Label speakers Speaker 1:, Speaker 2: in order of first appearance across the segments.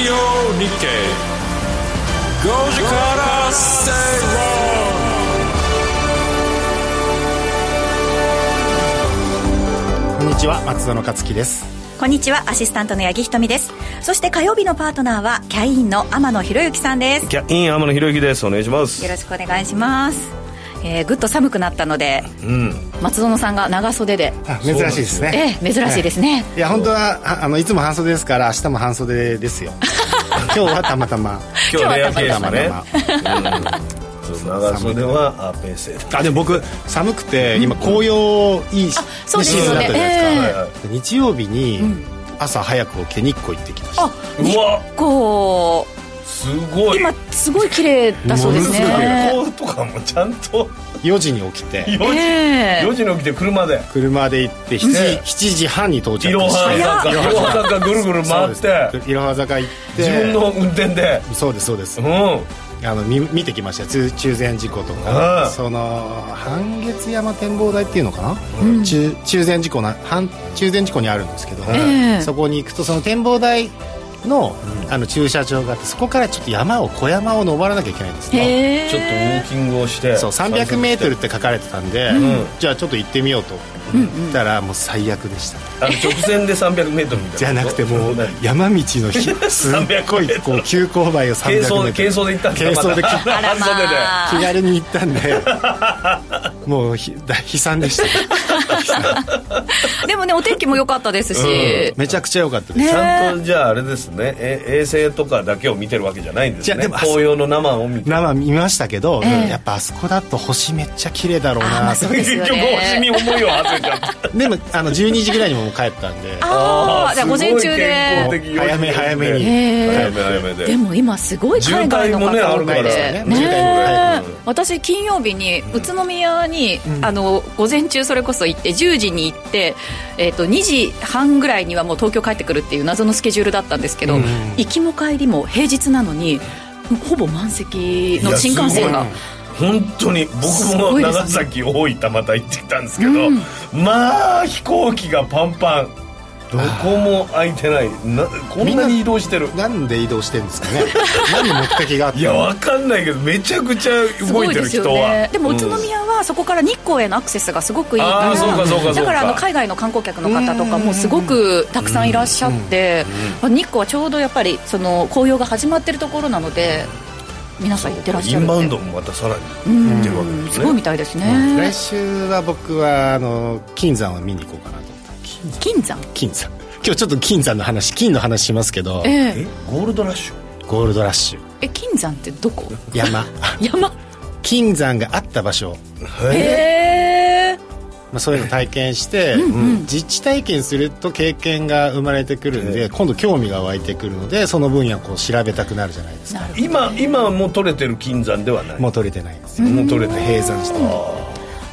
Speaker 1: 日経5時から正
Speaker 2: こんにちは松田の勝樹です
Speaker 3: こんにちは、アシスタントの八木ひとみです。そして火曜日のパートナーは、キャインの天野博之さんです。
Speaker 4: キャイン天野博之ですお願いします
Speaker 3: よろしくお願いします。えー、ぐっと寒くなったので、松園さんが長袖で、
Speaker 2: あ珍しいですね
Speaker 3: ええ珍しいですね。
Speaker 2: いや本当はああのいつも半袖ですから明日も半袖ですよ今日はたまたま
Speaker 4: 今日レアケー
Speaker 2: た
Speaker 4: スだ
Speaker 2: ま
Speaker 4: ね
Speaker 2: たま
Speaker 4: そう長袖はペーセー
Speaker 2: あでも僕寒くて今紅葉いいし
Speaker 3: そうです
Speaker 2: シ
Speaker 3: よ
Speaker 2: ー
Speaker 3: ね
Speaker 2: ズンだったじゃな
Speaker 3: ええ
Speaker 2: いです
Speaker 4: はいはい
Speaker 2: か日曜日に朝早く起きて日光行ってきました
Speaker 3: あ、
Speaker 4: うわ
Speaker 3: こ
Speaker 4: すご
Speaker 3: う、
Speaker 4: い
Speaker 3: 今、すごい綺麗だそうです
Speaker 2: ものすごい
Speaker 3: ね。
Speaker 4: 学校とかもちゃんと
Speaker 2: 4時に起きて
Speaker 4: 4時、
Speaker 3: ええ
Speaker 4: 4時に起きて車で
Speaker 2: 車で行って7時 ,7 時半に到着して
Speaker 4: いろは坂い
Speaker 2: いろは
Speaker 4: ろは坂ぐるぐる
Speaker 2: そう
Speaker 4: 回
Speaker 2: で
Speaker 4: っ
Speaker 2: す
Speaker 4: て
Speaker 2: いろは坂行って
Speaker 4: 自分の運転で
Speaker 2: そうですそうです
Speaker 4: うんは
Speaker 2: あの見見てきましたよ中中禅寺湖と
Speaker 4: う
Speaker 2: か
Speaker 4: ん
Speaker 2: その半月山展望台っていうのかな、中中禅寺湖な半中禅寺湖にあるんですけど、
Speaker 3: ええ
Speaker 2: そこに行くとその展望台の,、あの駐車場があってそこからちょっと山を小山を登らなきゃいけないんです
Speaker 3: へ
Speaker 2: ね
Speaker 3: え
Speaker 4: ちょっとウォーキングをして
Speaker 2: そう 300m って書かれてたんで、
Speaker 4: ん
Speaker 2: じゃあちょっと行ってみようと言ったらもう最悪でした、
Speaker 4: あの直線で 300m みたいなこと
Speaker 2: じゃなくてもう
Speaker 4: そう
Speaker 2: 山道 のひすっごいこう急勾配を
Speaker 4: 軽装で
Speaker 2: 300m
Speaker 4: 軽装で行ったん
Speaker 2: 軽装で
Speaker 4: また
Speaker 3: あらまあ
Speaker 2: 気軽に行ったんで もうひ大悲惨でした
Speaker 3: でもね、お天気も良かったですし、
Speaker 2: めちゃくちゃ良かったです、
Speaker 3: ね
Speaker 4: ちゃんとじゃああれですねえ衛星とかだけを見てるわけじゃないんです
Speaker 2: いや
Speaker 4: ね
Speaker 2: でも
Speaker 4: 紅葉の生を見 て
Speaker 2: 生見ましたけど、
Speaker 3: ええ
Speaker 2: やっぱあそこだと星めっちゃ綺麗だろう
Speaker 3: あま
Speaker 2: な
Speaker 3: あ
Speaker 2: と
Speaker 3: そうですよね
Speaker 4: 結局星に思いを馳せちゃった
Speaker 2: でもあの12時ぐらいにももう帰ったんで
Speaker 3: ああ、じゃあ午前中
Speaker 4: すご
Speaker 3: で。
Speaker 4: い健康的
Speaker 2: 早め早めに
Speaker 3: へえ
Speaker 4: 早め早めで
Speaker 3: でも今すごい海外の方々
Speaker 4: 渋滞も
Speaker 3: で
Speaker 4: ねあるから
Speaker 2: ね渋滞
Speaker 4: もね
Speaker 3: 私金曜日に宇都宮に、あの午前中それこそ行って10時に行って、えっと2時半ぐらいにはもう東京帰ってくるっていう謎のスケジュールだったんですけど、行きも帰りも平日なのにもうほぼ満席の新幹線が
Speaker 4: いや本当に僕
Speaker 3: す
Speaker 4: も
Speaker 3: ごいですね
Speaker 4: 長崎大分また行ってきたんですけど、まあ飛行機がパンパンどこも空いてないなこんなに移動してる
Speaker 2: なんで移動してるんですかね何の目的があった
Speaker 4: いやわかんないけどめちゃくちゃ
Speaker 3: す
Speaker 4: 動
Speaker 3: ご
Speaker 4: い
Speaker 3: い
Speaker 4: て
Speaker 3: で
Speaker 4: る
Speaker 3: す
Speaker 4: 人
Speaker 3: よ
Speaker 4: は
Speaker 3: ねでも宇都
Speaker 4: うん
Speaker 3: 宮はそこから日光へのアクセスがすごくいいか
Speaker 4: あーそうかそうからそうか
Speaker 3: だからあの海外の観光客の方とかもすごくたくさんいらっしゃって日光はちょうどやっぱりその紅葉が始まってるところなので皆さん行ってらっしゃ
Speaker 4: イ
Speaker 3: る
Speaker 4: ン
Speaker 3: んで
Speaker 4: バウンドもまたさらに
Speaker 3: うん
Speaker 4: 行ってるわけです
Speaker 3: す
Speaker 4: ね、
Speaker 3: ごいみたいです
Speaker 2: 来
Speaker 3: ね
Speaker 2: 週は僕はあの金山を見に行こうかなと
Speaker 3: 金山
Speaker 2: 金山今日ちょっと金山の話金の話しますけど
Speaker 3: ええ
Speaker 4: えゴールドラッシュ
Speaker 2: ゴールドラッシュ
Speaker 3: え金山ってどこ
Speaker 2: 山
Speaker 3: 山
Speaker 2: 金山があった場所
Speaker 3: ええ
Speaker 2: まあ、そういうの体験して、実地体験すると経験が生まれてくるんで、今度興味が湧いてくるのでその分野をこう調べたくなるじゃないですか
Speaker 3: なるほど
Speaker 4: 今今はもう取れてる金山ではない
Speaker 2: も
Speaker 4: も
Speaker 2: う取れてないんですよ
Speaker 4: う取れて
Speaker 2: 閉山して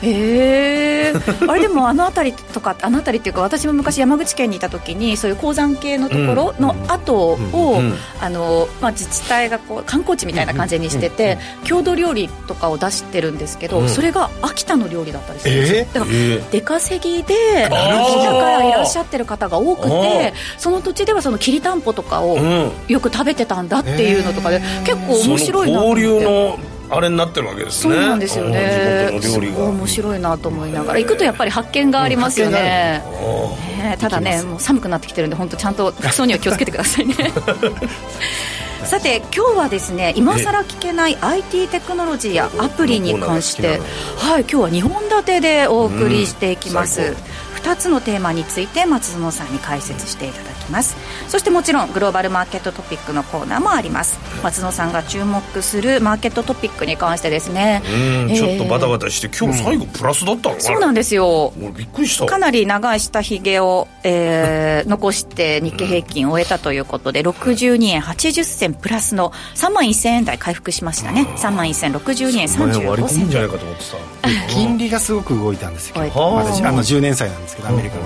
Speaker 3: へえ あれでもあの辺りとかあの辺りっていうか私も昔山口県にいた時にそういう鉱山系のところの跡を、
Speaker 4: ん
Speaker 3: あのまあ、自治体がこう観光地みたいな感じにしてて、郷土料理とかを出してるんですけど、それが秋田の料理だったりするんですよ、
Speaker 2: え
Speaker 3: だから
Speaker 4: え
Speaker 3: 出稼ぎで秋田からいらっしゃってる方が多くてその土地ではそのきりたんぽとかを
Speaker 4: うん
Speaker 3: よく食べてたんだっていうのとかで、結構面白いなと思
Speaker 4: 交
Speaker 3: って
Speaker 4: 流のあれになってるわけです
Speaker 3: そう
Speaker 4: ね
Speaker 3: なんですよね
Speaker 4: うん。地
Speaker 3: す
Speaker 4: 元
Speaker 3: ごい
Speaker 4: の料理が
Speaker 3: 面白いなと思いながら行くとやっぱり発見がありますよね。ねえただねもう寒くなってきてるんで本当ちゃんと服装には気をつけてくださ いね。さて今日はですね今更聞けない IT テクノロジーやアプリに関して
Speaker 4: どこのコ
Speaker 3: はい今日は2本立てでお送りしていきま
Speaker 4: うん
Speaker 3: す。2つのテーマについて松園さんに解説していただきますそしてもちろんグローバルマーケットトピックのコーナーもあります松野さんが注目するマーケットトピックに関してですね
Speaker 4: うんちょっとバタ
Speaker 3: タ
Speaker 4: バタして今日最後プラスだったのか
Speaker 3: そうなんですよ
Speaker 4: 俺びっくりした
Speaker 3: かなり長い下ひげを、えー残して日経平均を終えたということで62円80銭プラスの3万1000円台回復しましたね3万1062円
Speaker 4: お前
Speaker 3: 35
Speaker 4: 割り込むん
Speaker 3: 銭
Speaker 4: じゃ
Speaker 3: で
Speaker 4: ないかと思って
Speaker 2: 金利がすごく動いたんですよ
Speaker 3: 終え
Speaker 2: 今
Speaker 3: て
Speaker 2: 日
Speaker 3: ます
Speaker 2: 私あの10年債なんですけどアメリカの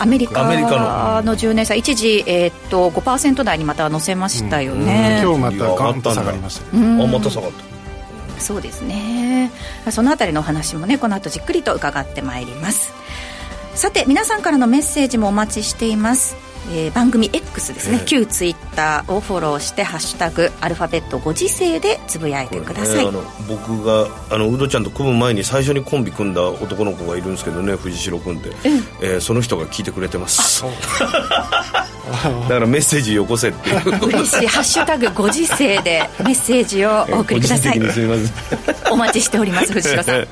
Speaker 3: アメリカ
Speaker 4: アメリカ
Speaker 3: の10年差一時、えーっと5%台にまた乗せましたよね、
Speaker 2: 今日またガンと下がりました
Speaker 4: たあまた下がっ
Speaker 3: そうですねそのあたりのお話もねこの後じっくりと伺ってまいりますさて皆さんからのメッセージもお待ちしていますえー番組 X ですね、旧ツイッターをフォローして「ハッシュタグアルファベットご時世」でつぶやいてください、
Speaker 4: これねあの僕があのウドちゃんと組む前に最初にコンビ組んだ男の子がいるんですけどね藤代君って、えーその人が聞いてくれてます だからメッセージよこせっていう
Speaker 3: 嬉しい「ハッシュタグご時世」でメッセージをお送りください
Speaker 4: 個人的にすみません
Speaker 3: お待ちしております藤代さん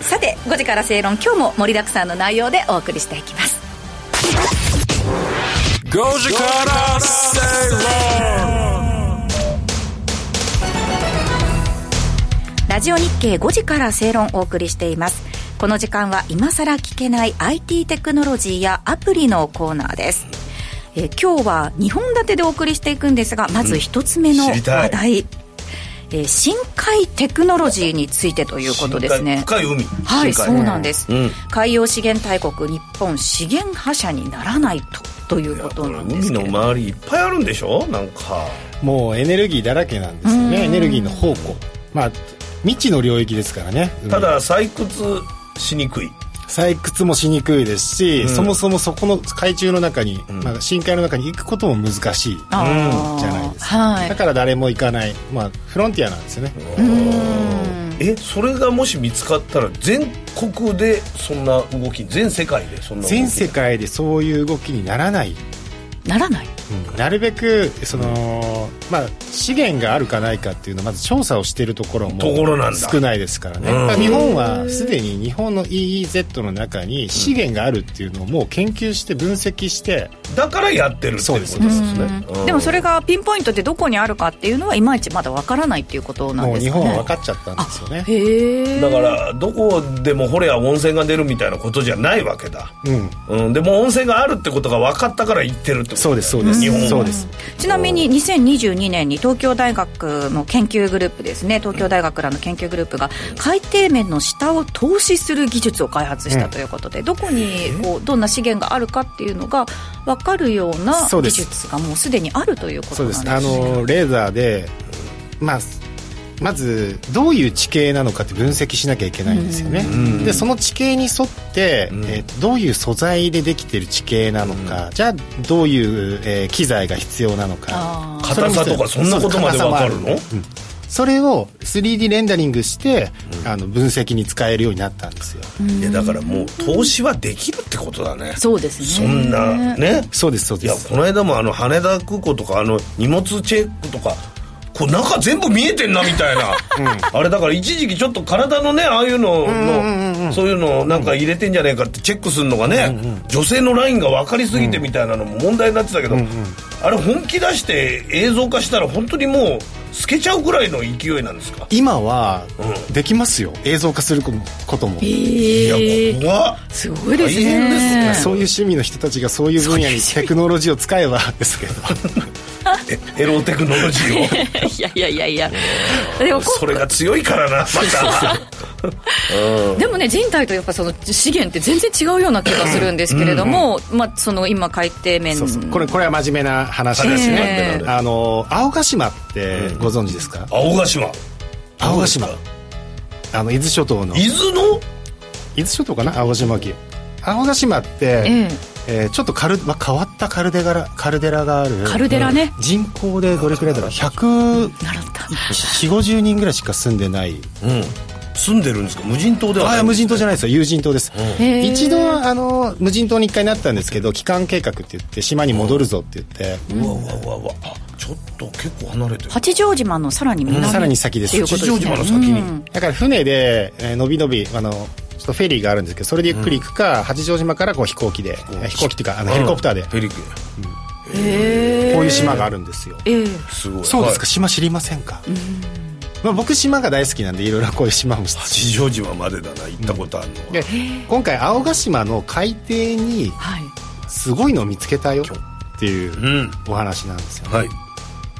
Speaker 3: さて5時から正論今日も盛りだくさんの内容でお送りしていきます
Speaker 1: Goji Kara Seiron.
Speaker 3: ラジオ日経5時から正論をお送りしていますこの時間は今さら聞けない IT テクノロジーやアプリのコーナーですえー今日は2本立てでお送りしていくんですがまず1つ目の
Speaker 4: 知りたい
Speaker 3: 話題、えー深海テクノロジーについて ということですね
Speaker 4: 深い海
Speaker 3: はい、
Speaker 4: 深
Speaker 3: そうなんです、
Speaker 4: うん
Speaker 3: 海洋資源大国日本資源覇者にならないとということなんです
Speaker 4: 海
Speaker 3: けれ
Speaker 4: の
Speaker 3: ど
Speaker 4: 周りいっぱいあるんでしょなんか
Speaker 2: もうエネルギーだらけなんですよねエネルギーの宝庫まあ未知の領域ですからね海
Speaker 4: ただ採掘しにくい
Speaker 2: 採掘もしにくいですし、そもそもそこの海中の中に、まあ、深海の中に行くことも難しい
Speaker 3: あー
Speaker 2: じゃないですか、
Speaker 3: はい
Speaker 2: だから誰も行かない、まあ、フロンティアなんですよね
Speaker 4: えそれがもし見つかったら全国でそんな動き全世界でそんな動き
Speaker 2: 全世界でそういう動きにならない、
Speaker 3: ならない
Speaker 2: なるべくその、まあ、資源があるかないかっていうのをまず調査をしているところも
Speaker 4: ところなんだ
Speaker 2: 少ないですからね、
Speaker 4: うん
Speaker 2: まあ日本はすでに日本の EEZ の中に資源があるっていうのをもう研究して分析して、
Speaker 4: だからやってるってことですね
Speaker 3: でもそれがピンポイントでどこにあるかっていうのはいまいちまだわからないっていうことなん
Speaker 2: もう
Speaker 3: です
Speaker 2: 日
Speaker 3: か
Speaker 2: 本
Speaker 3: ね
Speaker 2: は分かっちゃったんですよね
Speaker 3: へえ
Speaker 4: だからどこでも掘れや温泉が出るみたいなことじゃないわけだ、
Speaker 2: うん
Speaker 4: うん、でも温泉があるってことが分かったから行ってるってことだよ
Speaker 2: そうですそうです
Speaker 4: 日本は
Speaker 2: そうです
Speaker 3: ちなみに2022年に東京大学の研究グループですね東京大学らの研究グループが海底面の下を投資する技術を開発したということで、どこにこうどんな資源があるかっていうのが分かるような
Speaker 2: そ
Speaker 3: 技
Speaker 2: うです
Speaker 3: 術がもうすでにあるということ
Speaker 2: そう
Speaker 3: なんで
Speaker 2: で
Speaker 3: す
Speaker 2: す
Speaker 3: ね
Speaker 2: あのレーザーで、まあ、まずどういう地形なのかって分析しなきゃいけないんですよね、でその地形に沿って、えーどういう素材でできてる地形なのか、じゃあどういう、えー機材が必要なの
Speaker 3: あ
Speaker 2: か
Speaker 4: ー硬さとかそんなことまでわかる
Speaker 2: そ
Speaker 4: の
Speaker 2: う硬さもあんでうんそれを 3D レンダリングして、あの分析に使えるようになったんですよ、
Speaker 4: いやだからもう投資はできるってことだね
Speaker 3: そうですね
Speaker 4: そんなね
Speaker 2: そうですそう
Speaker 4: い
Speaker 2: で
Speaker 4: や
Speaker 2: す
Speaker 4: この間もあの羽田空港とかあの荷物チェックとかこう中全部見えてんなみたいな、あれだから一時期ちょっと体のねああいうのの、そういうのなんか入れてんじゃねえかってチェックするのがね、女性のラインが分かりすぎてみたいなのも問題になってたけど、あれ本気出して映像化したら本当にもう透けちゃうぐらいの勢いなんですか、
Speaker 2: 今はできますよ、映像化することも、
Speaker 4: い
Speaker 3: え
Speaker 4: や
Speaker 3: ー
Speaker 4: 怖っ
Speaker 3: すごいです
Speaker 4: 大変ですね
Speaker 3: ね
Speaker 2: そういう趣味の人たちがそういう分野にテクノロジーを使えばですけど
Speaker 4: エロテクノロジーを
Speaker 3: いやいやいやいや でもこ
Speaker 4: それが強いからなまた
Speaker 3: でもね人体とやっぱその資源って全然違うような気がするんですけれども、まあ、その今海底面
Speaker 2: そうそうこれこれは真面目な話で
Speaker 4: 話なん
Speaker 2: す
Speaker 4: で
Speaker 2: ね、
Speaker 4: なんで
Speaker 2: あの青ヶ島ってご存知ですか、
Speaker 4: 青ヶ島
Speaker 2: 青ヶ島あの伊豆諸島の
Speaker 4: 伊
Speaker 2: 伊
Speaker 4: 豆の
Speaker 2: 豆諸島かな青ヶ島沖青ヶ島って、え
Speaker 3: ええ
Speaker 2: ーちょっとカル、まあ、変わったカルデラカルデラがある
Speaker 3: カルデラね
Speaker 2: うん人口でどれくらいだろう1 0
Speaker 3: 習った
Speaker 2: 4 5 0人ぐらいしか住んでない
Speaker 4: うん、住んでるんですか無人島では
Speaker 2: あ
Speaker 4: ない
Speaker 2: あ無人島じゃないですよ有人島です、
Speaker 3: へー
Speaker 2: 一度あの無人島に一回なったんですけど帰還計画って言って島に戻るぞって言って、
Speaker 4: うわうわうわうわあちょっと結構離れてる
Speaker 3: 八丈島のさらに南、
Speaker 2: さらに先です
Speaker 3: っていうことです
Speaker 4: 八丈
Speaker 3: ね
Speaker 4: 島の先に、
Speaker 2: だから船で、えー、のびのびあのちょっとフェリーがあるんですけどそれでゆっくり行くか、八丈島からこう飛行機で飛行飛行機っていうかあのヘリコプターでこ
Speaker 4: ヘリコ
Speaker 3: へえ
Speaker 2: ういう島があるんですよ、
Speaker 3: ええ
Speaker 4: すごい
Speaker 2: そうですか、
Speaker 4: はい
Speaker 2: 島知りませんか、まあ、僕島が大好きなんでいろいろこういう島も知って
Speaker 4: 八丈島までだな行ったことあるのは、
Speaker 2: で今回青ヶ島の海底に
Speaker 3: はい
Speaker 2: すごいのを見つけたよっていううんお話なんですよね
Speaker 4: はい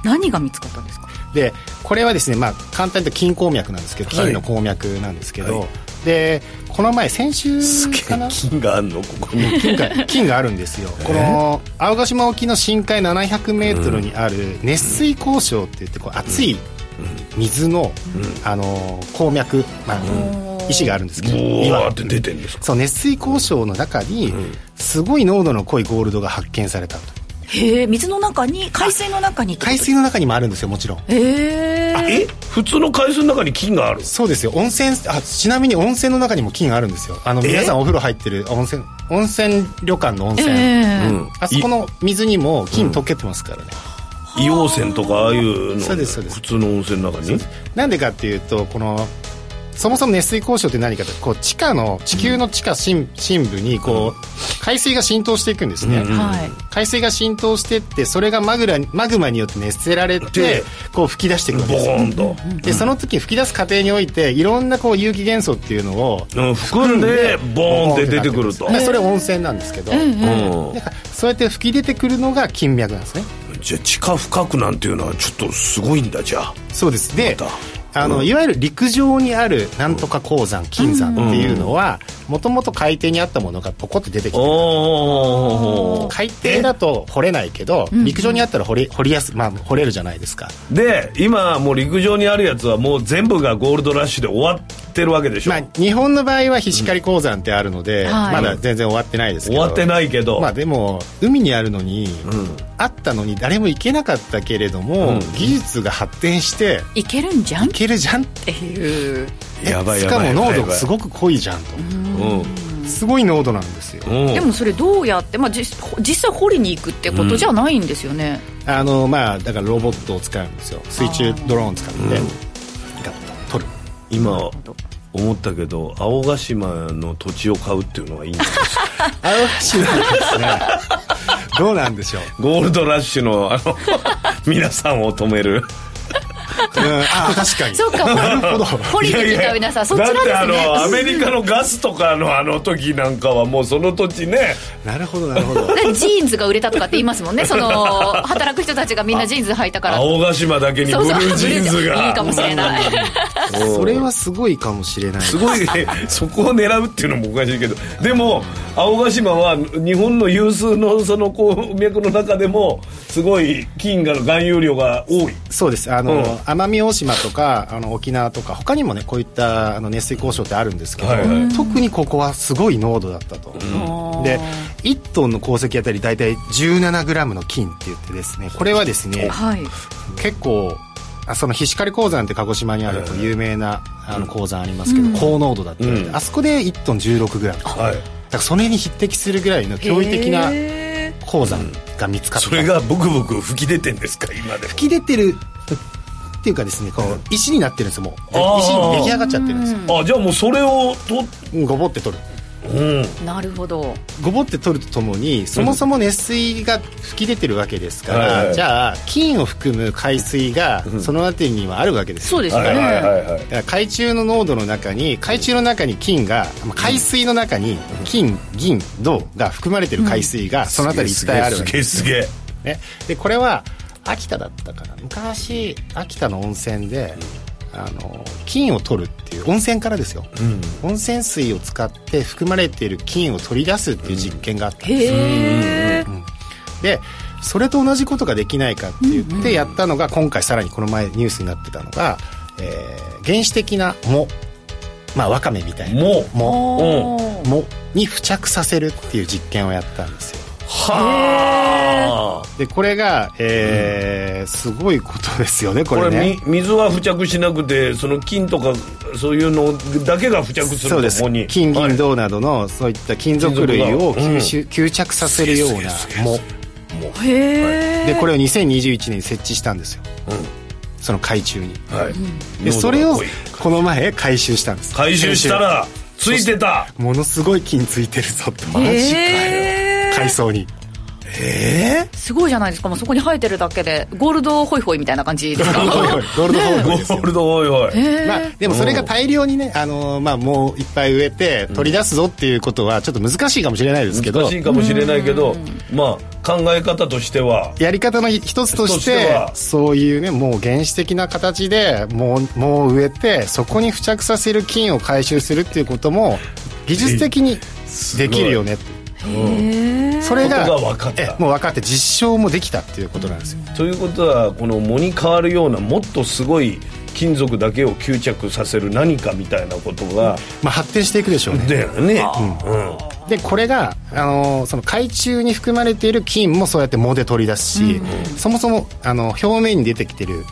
Speaker 3: 何が見つかったんですか
Speaker 2: でこれはですね、まあ、簡単に言うと金鉱脈なんですけど
Speaker 4: はい
Speaker 2: 金の鉱脈なんですけど、
Speaker 4: はい
Speaker 2: でこの前先週かな
Speaker 4: 金があんのここに
Speaker 2: 金が金があるんですよこの青ヶ島沖の深海7 0 0ルにある熱水鉱床っていってこう熱い水の、あの鉱脈、まあ石があるんですけど
Speaker 4: ブ
Speaker 2: 岩
Speaker 4: ワーって出てんですか
Speaker 2: そう熱水鉱床の中にすごい濃度の濃いゴールドが発見されたと
Speaker 3: へえ水の中に海水の中にってこと
Speaker 2: 海水の中にもあるんですよもちろん
Speaker 3: へえ
Speaker 4: え普通の海水の中に金がある
Speaker 2: そうですよ温泉あちなみに温泉の中にも金あるんですよあの
Speaker 4: え
Speaker 2: 皆さんお風呂入ってる温泉温泉旅館の温泉、
Speaker 3: え
Speaker 4: うん
Speaker 2: あそこの水にも金溶けてますからね、
Speaker 4: 硫黄泉とかああいうの
Speaker 2: そうですそうです
Speaker 4: 普通の温泉の中に
Speaker 2: なんでかっていうとこのそもそも熱水鉱床って何かってこう地下の地球の地下深深部にこう海水が浸透していくんですね、
Speaker 4: うん
Speaker 3: えはい
Speaker 2: 海水が浸透してってそれがマグラマグマによって熱せられ
Speaker 4: で
Speaker 2: てこう吹き出していくわけ
Speaker 4: ボ
Speaker 2: です
Speaker 4: コ
Speaker 2: よ
Speaker 4: ーンと、
Speaker 2: でその時吹き出す過程においていろんなこう有機元素っていうのを
Speaker 4: うん含んでボーンって出てくると、
Speaker 2: まあそれ温泉なんですけど、
Speaker 4: うん
Speaker 2: なんかそうやって吹き出てくるのが金脈なんですね
Speaker 4: じゃあ地下深くなんていうのはちょっとすごいんだじゃあ
Speaker 2: そうですで
Speaker 4: ま
Speaker 2: あのいわゆる陸上にあるなんとか鉱山金山っていうのはもともと海底にあったものがポコッと出てきて
Speaker 4: お
Speaker 2: 海底だと掘れないけど陸上にあったら掘り掘りやす、まあ、掘れるじゃないですか、
Speaker 4: で今もう陸上にあるやつはもう全部がゴールドラッシュで終わってるわけでしょ、
Speaker 2: まあ、日本の場合は菱狩鉱山ってあるので、
Speaker 3: はい
Speaker 2: まだ全然終わってないですけ
Speaker 4: 終
Speaker 2: ど
Speaker 4: わってないけど、
Speaker 2: まあでも海にあるのに、
Speaker 4: ん
Speaker 2: あったのに誰も行けなかったけれども、
Speaker 4: うん
Speaker 2: 技術が発展して
Speaker 3: いけるんじゃんっ
Speaker 2: 行けるじゃんって
Speaker 3: ていう
Speaker 4: やばい
Speaker 2: し
Speaker 4: や
Speaker 2: か
Speaker 4: ばい
Speaker 2: も
Speaker 4: やばい
Speaker 2: 濃度がすごく濃いじゃんと、
Speaker 4: うん
Speaker 2: すごい濃度なんですよ
Speaker 4: うん
Speaker 3: でもそれどうやって、まあ、実実際掘りに行くってことじゃないんですよね、
Speaker 2: あのまあだからロボットを使うんですよ水中ドローンを使って、
Speaker 4: ん
Speaker 2: ガッと取る
Speaker 4: 今思ったけど青ヶ島の土地を買うっていうのはいいん ですよ
Speaker 2: あの話なんですね どうなんでしょう、
Speaker 4: ゴールドラッシュのあ の皆さんを止める
Speaker 2: うん、あ確 かに
Speaker 3: そうか
Speaker 2: なるほど
Speaker 3: 掘りに来た皆さんそちらですね
Speaker 4: だってあのアメリカのガスとかのあの時なんかはもうその土地ね
Speaker 2: なるほどなるほど
Speaker 3: でジーンズが売れたとかって言いますもんねその働く人たちがみんなジーンズ履いたから
Speaker 4: 青ヶ島だけにブルージーンズが
Speaker 3: いいかもしれない
Speaker 4: うん
Speaker 2: それはすごいかもしれない
Speaker 4: すご いねそこを狙うっていうのもおかしいけどでも青ヶ島は日本の有数のその鉱脈の中でもすごい金が含有量が多い
Speaker 2: そうですあの、
Speaker 4: うん
Speaker 2: 奄美大島とかあの沖縄とか他にもねこういったあの熱水鉱床ってあるんですけど、
Speaker 4: はいはい
Speaker 2: 特にここはすごい濃度だったと、で1トンの鉱石あたり大体1 7ムの金って言ってですねこれはですね
Speaker 3: はい
Speaker 2: 結構あその菱刈鉱山って鹿児島にあるこう有名なあの鉱山ありますけど、高濃度だったので、
Speaker 4: うん
Speaker 2: あそこで1トン1 6ムだか
Speaker 4: はい
Speaker 2: らそれに匹敵するぐらいの驚異的な
Speaker 3: へー
Speaker 2: 鉱山が見つかった
Speaker 4: それがブクブク吹き出てんですか今でも
Speaker 2: 吹き出てるっていうかですねこう石になってるんですよもうで
Speaker 4: あー
Speaker 2: 石に出来上がっちゃってるんですよ
Speaker 4: あじゃあもうそれをと
Speaker 2: うんごぼって取る
Speaker 4: うん
Speaker 3: なるほど
Speaker 2: ごぼって取るとともにそもそも熱水が吹き出てるわけですか
Speaker 4: はいは
Speaker 2: ら
Speaker 4: い
Speaker 2: じゃあ金を含む海水がその辺りにはあるわけです
Speaker 3: そ
Speaker 2: よ
Speaker 3: うですよ
Speaker 4: はい
Speaker 3: ね、
Speaker 4: はいはいはい
Speaker 2: だから海中の濃度の中に海中の中に金がまあ海水の中に金銀銅が含まれてる海水がその辺り一体あるわ
Speaker 4: す
Speaker 2: け
Speaker 4: げ
Speaker 2: で
Speaker 4: え
Speaker 2: す
Speaker 4: すげえ
Speaker 2: ねでこれは秋田だったかな昔秋田の温泉であの金を取るっていう温泉からですよ、温泉水を使って含まれている金を取り出すっていう実験があったんですよ、
Speaker 3: へえ
Speaker 2: でそれと同じことができないかって言ってやったのが今回さらにこの前ニュースになってたのが、えー原始的な藻まあわかめみたいな
Speaker 4: もう
Speaker 2: 藻
Speaker 3: おー
Speaker 2: 藻に付着させるっていう実験をやったんですよ
Speaker 4: はあ
Speaker 2: でこれが、えーすごいことですよねこ
Speaker 4: こ
Speaker 2: れ
Speaker 4: れ
Speaker 2: ね
Speaker 4: み水は付着しなくてその金とかそういうのだけが付着する
Speaker 2: そうで
Speaker 4: と
Speaker 2: す
Speaker 4: こに
Speaker 2: 金
Speaker 4: はい
Speaker 2: 銀銅などのそういった金属類を吸収、吸着させるような藻
Speaker 3: へえ
Speaker 2: でこれを2021年に設置したんですよ、その海中に
Speaker 4: はい
Speaker 2: でそれをこの前回収したんです
Speaker 4: 回収したらついてた
Speaker 2: ものすごい金ついてるぞってマ
Speaker 3: ジかよへー
Speaker 2: 海藻に
Speaker 3: すごいじゃないですかもうそこに生えてるだけでゴールドホイホイみたいな感じですか
Speaker 2: ゴールドホール
Speaker 4: ゴ
Speaker 2: ドですよ
Speaker 4: ールドおいおい
Speaker 2: まあ、でもそれが大量にね、あのーまあ、もういっぱい植えて取り出すぞっていうことはちょっと難しいかもしれないですけど
Speaker 4: 難しいかもしれないけどまあ考え方としては
Speaker 2: やり方の一つと
Speaker 4: と
Speaker 2: し
Speaker 4: して
Speaker 2: て
Speaker 4: は
Speaker 2: そういうねもう原始的な形でもうもう植えてそこに付着させる菌を回収するっていうことも技術的にできるよねってそれが
Speaker 4: ことが分かった
Speaker 2: えもう分かって実証もできたっていうことなんですよ
Speaker 4: ということはこの藻に変わるようなもっとすごい金属だけを吸着させる何かみたいなことが、
Speaker 2: まあ、発展していくでしょうね
Speaker 4: だよね、うん
Speaker 2: でこれが、あのーその海中に含まれている金もそうやって藻で取り出すし、そもそも、あの表面に出てきてる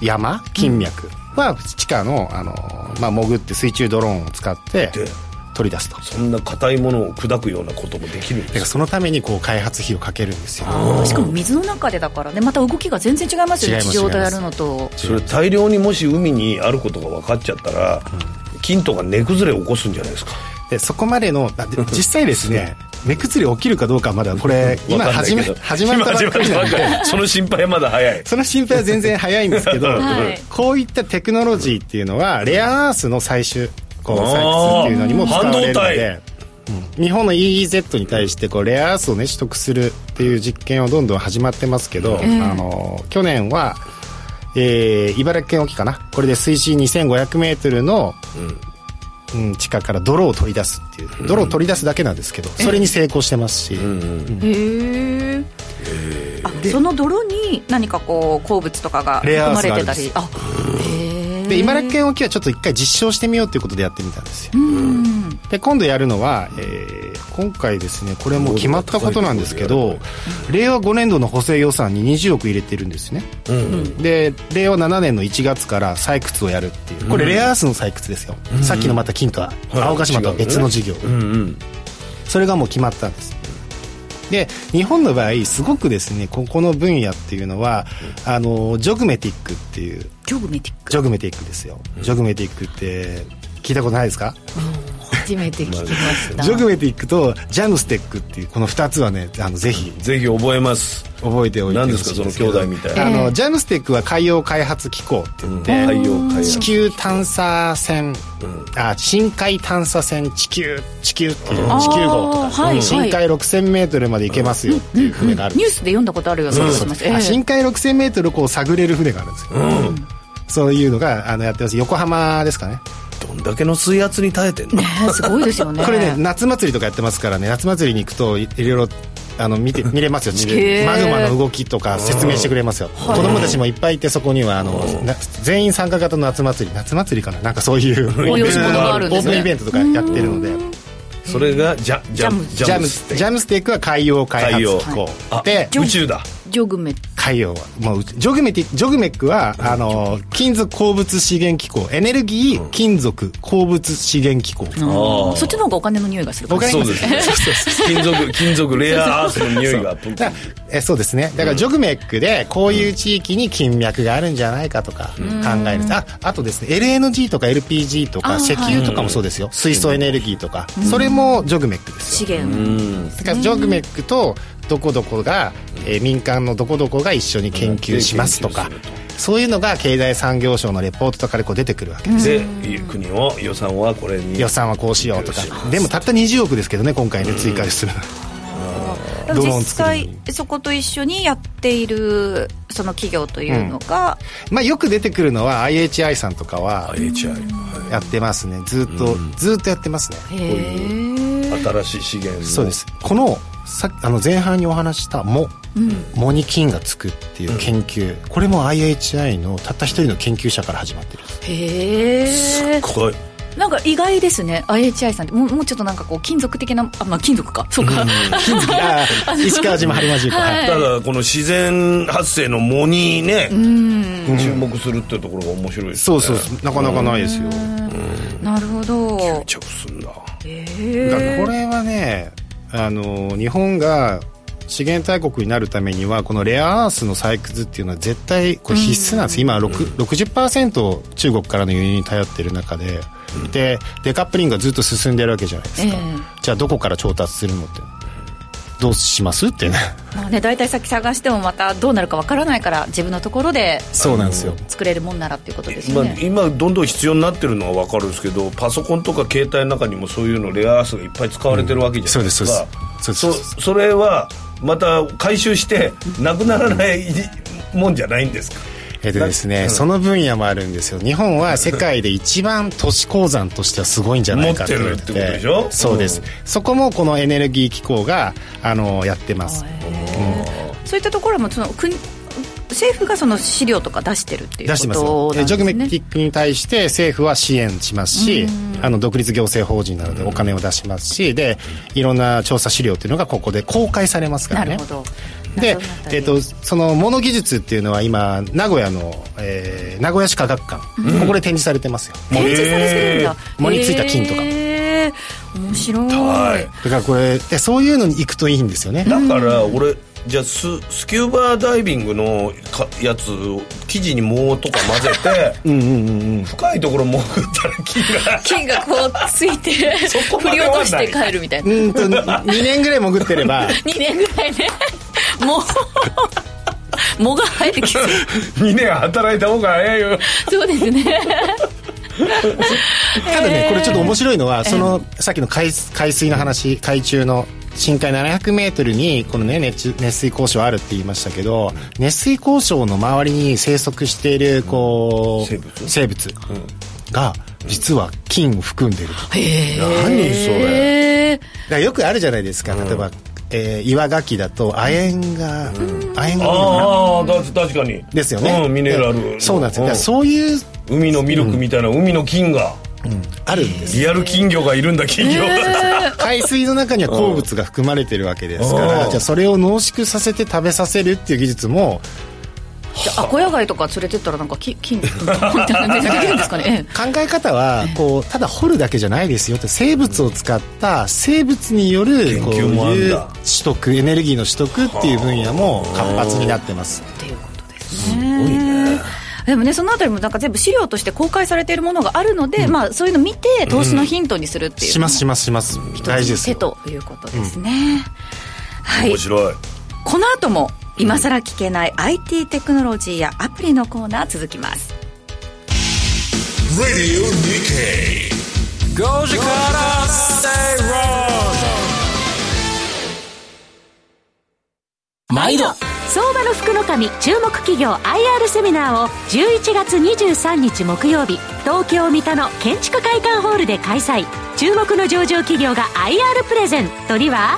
Speaker 2: 山金脈は地下の、あのーまあ、潜って水中ドローンを使って
Speaker 4: で
Speaker 2: 取り出すと
Speaker 4: そんな硬いものを砕くようなこともできるんで
Speaker 2: だから
Speaker 4: す
Speaker 2: そのためにこう開発費をかけるんですよ
Speaker 3: しかも水の中でだからねまた動きが全然違いますよね
Speaker 2: 違いま
Speaker 3: 地
Speaker 2: す
Speaker 3: 上とやるのと
Speaker 4: それ大量にもし海にあることが分かっちゃったら、金とか根崩れ起こすんじゃないですか
Speaker 2: でそこまでのあで実際ですね目崩れ起きるかどうかはまだこれ今
Speaker 4: わかんない
Speaker 2: 始め
Speaker 4: けど
Speaker 2: 始まったばっかり
Speaker 4: 今
Speaker 2: なん
Speaker 4: 始まったばっ
Speaker 2: で
Speaker 4: かりその心配まだ早い
Speaker 2: その心配は全然早いんです けど、
Speaker 3: はい
Speaker 2: こういったテクノロジーっていうのはレアアースの採取こう採掘っていうのにも使われるの
Speaker 4: あー
Speaker 2: で、うん日本の EEZ に対してこうレアアースを、ね、取得するっていう実験をどんどん始まってますけど、あの去年は、えー茨城県沖かなこれで水深 2500m の、うん地下から泥を取り出すっていう泥を取り出すだけなんですけど、それに成功してますし、
Speaker 3: へえあその泥に何かこう鉱物とかが
Speaker 2: レ
Speaker 3: 含
Speaker 2: アアー
Speaker 3: ま
Speaker 2: ス
Speaker 3: れ
Speaker 2: があ
Speaker 3: て
Speaker 2: るん
Speaker 3: た
Speaker 2: で
Speaker 3: り
Speaker 2: す
Speaker 3: あへえ
Speaker 2: で茨城県沖はちょっと一回実証してみようということでやってみたんですよ
Speaker 3: うん
Speaker 2: で今度やるのは、えー今回ですねこれもう決まったことなんですけど令和5年度の補正予算に20億入れてるんですね、で令和7年の1月から採掘をやるっていうこれレアアースの採掘ですよ、さっきのまた金とは青ヶ島とは別の事業、それがもう決まったんですで日本の場合すごくですねここの分野っていうのはあのジョグメティックっていう
Speaker 3: ジョグメティック
Speaker 2: ジョグメティックですよ、ジョグメティックって聞いたことないですか
Speaker 5: 初めて聞きました
Speaker 2: ジョグメティックとジャムステックっていうこの2つはねあのぜひ
Speaker 4: ぜひ覚えます
Speaker 2: 覚えておいてほ
Speaker 4: 何で
Speaker 2: し
Speaker 4: す
Speaker 2: い
Speaker 4: か
Speaker 2: ん
Speaker 4: そ
Speaker 2: け
Speaker 4: の兄
Speaker 2: ど
Speaker 4: 弟みたいな
Speaker 2: あ
Speaker 5: え
Speaker 2: の
Speaker 5: え
Speaker 2: ジャムステックは海洋開発機構って言って、
Speaker 4: 海洋海
Speaker 2: 地球
Speaker 4: 洋
Speaker 2: 探査船、あ深海探査船地球地球っていう地球号とか、
Speaker 3: あーはいはい
Speaker 2: 深海6 0 0 0ルまで行けますよっていう船があるんですよ
Speaker 3: ニュースで読んだことあるような気がします、ええ
Speaker 2: あ深海 6000m こう探れる船があるんですよ、そういうのがあのやってます横浜ですかね
Speaker 4: どんだけの水圧に耐えてんの
Speaker 3: ねえすごいですよね
Speaker 2: これね夏祭りとかやってますからね夏祭りに行くといいろいろあ の見て見れますよ地
Speaker 3: へー
Speaker 2: 球マグマの動きとか説明してくれますよ子供たちもいっぱいいてそこにはあのな全員参加型の夏祭り夏祭りかななんかそういう
Speaker 3: 催し物があるんですね
Speaker 2: オープンイベントとかやってるので
Speaker 4: それがジャジャム
Speaker 2: ジャムスジャムステックは海洋開発機構
Speaker 4: あ
Speaker 2: で
Speaker 4: 宇宙だ
Speaker 3: ジョグメ
Speaker 2: 海洋はもうジョグメティジョグメックはあの金属鉱物資源機構エネルギー金属鉱物資源機構
Speaker 4: ああ
Speaker 3: そっちの方がお金の匂いがするか
Speaker 2: お
Speaker 3: も
Speaker 2: 金
Speaker 3: しれ
Speaker 4: そうですね 金属金属レアアースの匂いがプンプン
Speaker 2: だえそうですねだからジョグメックでこういう地域に金脈があるんじゃないかとか考えるああとですね LNG とか LPG とか
Speaker 3: あー
Speaker 2: 石油とかもそうですよ水素エネルギーとかそれもジョグメックです
Speaker 3: 資
Speaker 2: よ
Speaker 3: 源
Speaker 2: だからジョグメックとどこどこが、えー民間のどこどこが一緒に研究しますとか
Speaker 4: 研究する
Speaker 2: そういうのが経済産業省のレポートとかでこう出てくるわけ
Speaker 4: で国を予算はこれに
Speaker 2: 予算はこうしようとかでもたった20億ですけどね今回ね追加でするのは
Speaker 3: でも
Speaker 2: ドロー
Speaker 3: 実
Speaker 2: ン作るの
Speaker 3: 際
Speaker 2: に
Speaker 3: そこと一緒にやっているその企業というのが、
Speaker 2: まあよく出てくるのは IHI さんとかは
Speaker 4: HI
Speaker 2: やってますねずっと、ずっとやってますね
Speaker 3: へえ
Speaker 4: 新しい資源の
Speaker 2: そうですこのさあの前半にお話しした「藻」藻に菌がつくっていう研究、これも IHI のたった一人の研究者から始まって るんです
Speaker 3: へえ
Speaker 4: これ
Speaker 3: なんか意外ですね IHI さんってもうもうちょっとなんかこう金属的なあまあ金属かそうか、
Speaker 2: 金属あー石川島播磨重工はい
Speaker 4: ただこの自然発生の藻にね注目するっていうところが面白いです
Speaker 2: そ
Speaker 4: ね
Speaker 2: うそうそうなかなかないですよ、
Speaker 3: なるほど
Speaker 4: 着すんだ
Speaker 3: へ
Speaker 2: だから
Speaker 3: え
Speaker 2: これはねあの日本が資源大国になるためにはこのレアアースの採掘っていうのは絶対これ必須なんです、今6 60%中国からの輸入に頼ってる中で、でデカップリングがずっと進んでるわけじゃないですか、
Speaker 3: ええ
Speaker 2: じゃあどこから調達するのってどうしますってね
Speaker 3: まあね大体先探してもまたどうなるかわからないから自分のところで
Speaker 2: そうなんですよ
Speaker 3: 作れるもんならっていうことです
Speaker 4: ま
Speaker 3: よ
Speaker 4: あ
Speaker 3: ね、
Speaker 4: 今どんどん必要になってるのは分かるんですけどパソコンとか携帯の中にもそういうのレアアースがいっぱい使われてるわけじゃないですか、
Speaker 2: そうですそ
Speaker 4: そう
Speaker 2: ですそうです
Speaker 4: それはまた回収してなくならないもんじゃないんですか
Speaker 2: えっとですね、その分野もあるんですよ日本は世界で一番都市鉱山としてはすごいんじゃないかって言われ
Speaker 4: 持ってるってことでしょ
Speaker 2: そうです、
Speaker 4: うん
Speaker 2: そこもこのエネルギー機構があのやってます
Speaker 3: そういったところもその国政府がその資料とか出してるっていう
Speaker 2: 出してま
Speaker 3: こ
Speaker 2: す
Speaker 3: と
Speaker 2: よ、
Speaker 3: なん
Speaker 2: ジョグメ
Speaker 3: です
Speaker 2: テ
Speaker 3: ね
Speaker 2: ィックに対して政府は支援しますし、あの独立行政法人なのでお金を出しますし、でいろんな調査資料っていうのがここで公開されますから
Speaker 3: な
Speaker 2: ね。
Speaker 3: るほど
Speaker 2: で
Speaker 3: 謎だった、り
Speaker 2: えっとそのモノ技術っていうのは今名古屋の、えー名古屋市科学館、ここで展示されてますよ
Speaker 3: 展示されてるんだ
Speaker 2: 藻についた菌とか
Speaker 3: へー面白い
Speaker 4: はい
Speaker 2: だからこれでそういうのに行くといいんですよね
Speaker 4: だから俺じゃあススキューバーダイビングのかやつを生地に毛とか混ぜて深いところ潜ったら菌が
Speaker 3: 菌がこうついて
Speaker 4: そこ
Speaker 3: 振
Speaker 4: まで
Speaker 3: り
Speaker 4: は
Speaker 3: 落
Speaker 4: ない
Speaker 3: として帰るみたいな
Speaker 2: うん と2年ぐらい潜ってれ ば
Speaker 3: 2年ぐらいねもう藻が生えて きて
Speaker 4: 2年働いた方が早いよ
Speaker 3: そうですね
Speaker 2: ただねこれちょっと面白いのはそのさっきの海海水の話海中の深海 700m にこのね熱中熱水鉱床あるって言いましたけど熱水鉱床の周りに生息しているこう
Speaker 4: 生物
Speaker 2: 生物が実は菌を含んでると
Speaker 4: 何それ
Speaker 3: へえ
Speaker 2: だからよくあるじゃないですか、例えば、えー岩牡蠣だと亜鉛が、亜鉛が多いのかな
Speaker 4: ああだ確かに
Speaker 2: ですよね、
Speaker 4: うん、ミネラル
Speaker 2: そうなんですよ、だから
Speaker 4: う
Speaker 2: そういう、
Speaker 4: 海のミルクみたいな海の菌が
Speaker 2: あるんです
Speaker 4: リアル金魚がいるんだ金魚が
Speaker 2: 海水の中には鉱物が含まれてるわけですか
Speaker 4: う
Speaker 2: ら
Speaker 4: ん
Speaker 2: じゃあそれを濃縮させて食べさせるっていう技術も
Speaker 3: じゃあアコヤガイとか連れてったらなんかき金みたいなの出てくるんですかね、ええ
Speaker 2: 考え方はこうただ掘るだけじゃないですよって生物を使った生物によるこう
Speaker 4: 研究もあるん
Speaker 2: いう
Speaker 4: だ
Speaker 2: 取得エネルギーの取得っていう分野も活発になってます
Speaker 3: っていうことですね。でもね、そのあたりもなんか全部資料として公開されているものがあるので、まあ、そういうの見て投資のヒントにするっていう
Speaker 2: し
Speaker 3: のも
Speaker 2: ますしますします大事です
Speaker 3: 手
Speaker 2: よ
Speaker 3: ということですね、はい
Speaker 4: 面白い
Speaker 3: この後も今さら聞けない IT テクノロジーやアプリのコーナー続きます
Speaker 6: Radio Nikkei.
Speaker 1: 5時から正論
Speaker 7: 毎度
Speaker 8: 相場の福の神注目企業 IR セミナーを11月23日木曜日東京三田の建築会館ホールで開催注目の上場企業が IR プレゼントには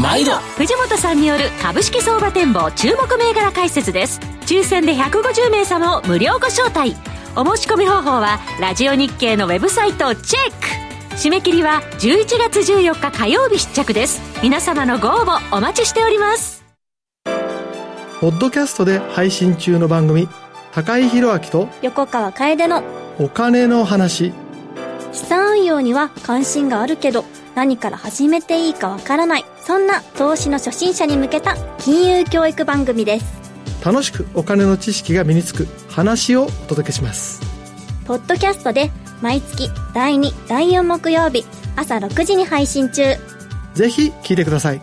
Speaker 7: 毎度
Speaker 8: 藤本さんによる株式相場展望注目銘柄解説です抽選で150名様を無料ご招待お申し込み方法はラジオ日経のウェブサイトをチェック締め切りは11月14日火曜日出着です皆様のご応募お待ちしております
Speaker 9: ポッドキャストで配信中の番組、高井宏明と
Speaker 10: 横川楓の
Speaker 9: お金の話、
Speaker 10: 資産運用には関心があるけど何から始めていいかわからないそんな投資の初心者に向けた金融教育番組です
Speaker 9: 楽しくお金の知識が身につく話をお届けします。
Speaker 10: ポッドキャストで毎月第2第4木曜日朝6時に配信中
Speaker 9: ぜひ聞いてください。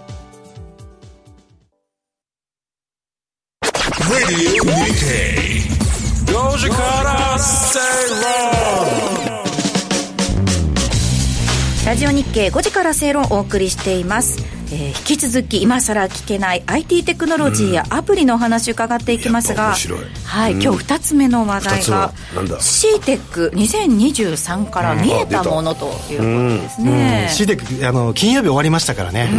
Speaker 6: Radio Nikkei.
Speaker 1: 5時から正論
Speaker 3: ラジオ日経5時から正論をお送りしています、えー引き続き今さら聞けない IT テクノロジーやアプリのお話伺っていきますが、
Speaker 4: やっぱ面白い
Speaker 3: はい、今日2つ目の話題が
Speaker 4: 二つ目なんだ
Speaker 3: CTEC2023 から見えたものということですね、
Speaker 2: シーテックあの金曜日終わりましたからね、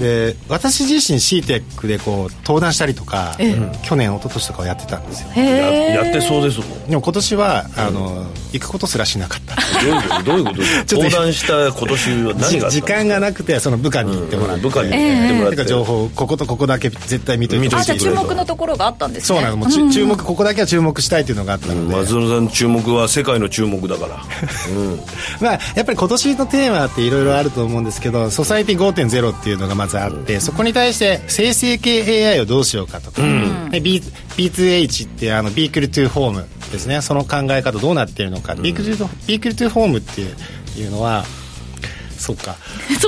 Speaker 2: で私自身 CTEC でこう登壇したりとか、去年一昨年とかをやってたんですよ
Speaker 3: へ
Speaker 4: や
Speaker 3: え
Speaker 4: やってそうですもん
Speaker 2: でも今年はあの、行くことすらしなかった
Speaker 4: どういうことどういうことです
Speaker 2: ち
Speaker 4: か
Speaker 2: ょっと
Speaker 4: 登壇した今年は何があったんです
Speaker 2: じ
Speaker 4: か
Speaker 2: 時間がなくてその部下に行ってもらって、
Speaker 4: 部下に
Speaker 2: え
Speaker 4: やって
Speaker 2: え
Speaker 4: もら
Speaker 2: なん
Speaker 4: って
Speaker 2: か情報こことここだけ絶対見といて
Speaker 4: 見と
Speaker 3: あ
Speaker 4: い
Speaker 3: じ
Speaker 4: て
Speaker 3: ゃあ注目のところがあったんですね
Speaker 2: そうなのもう、ち注目ここだけは注目したいっていうのがあったので、
Speaker 4: 松野さんの注目は世界の注目だ から
Speaker 2: まあ、やっぱり今年のテーマっていろいろあると思うんですけど「ソサイティ5.0」っていうのがまずあって、そこに対して生成系 AI をどうしようかとか、で B B2H ってあのビークルトゥーホームですねその考え方どうなってるのか、ビークルトゥビークルトゥーホームっていういうのはそっか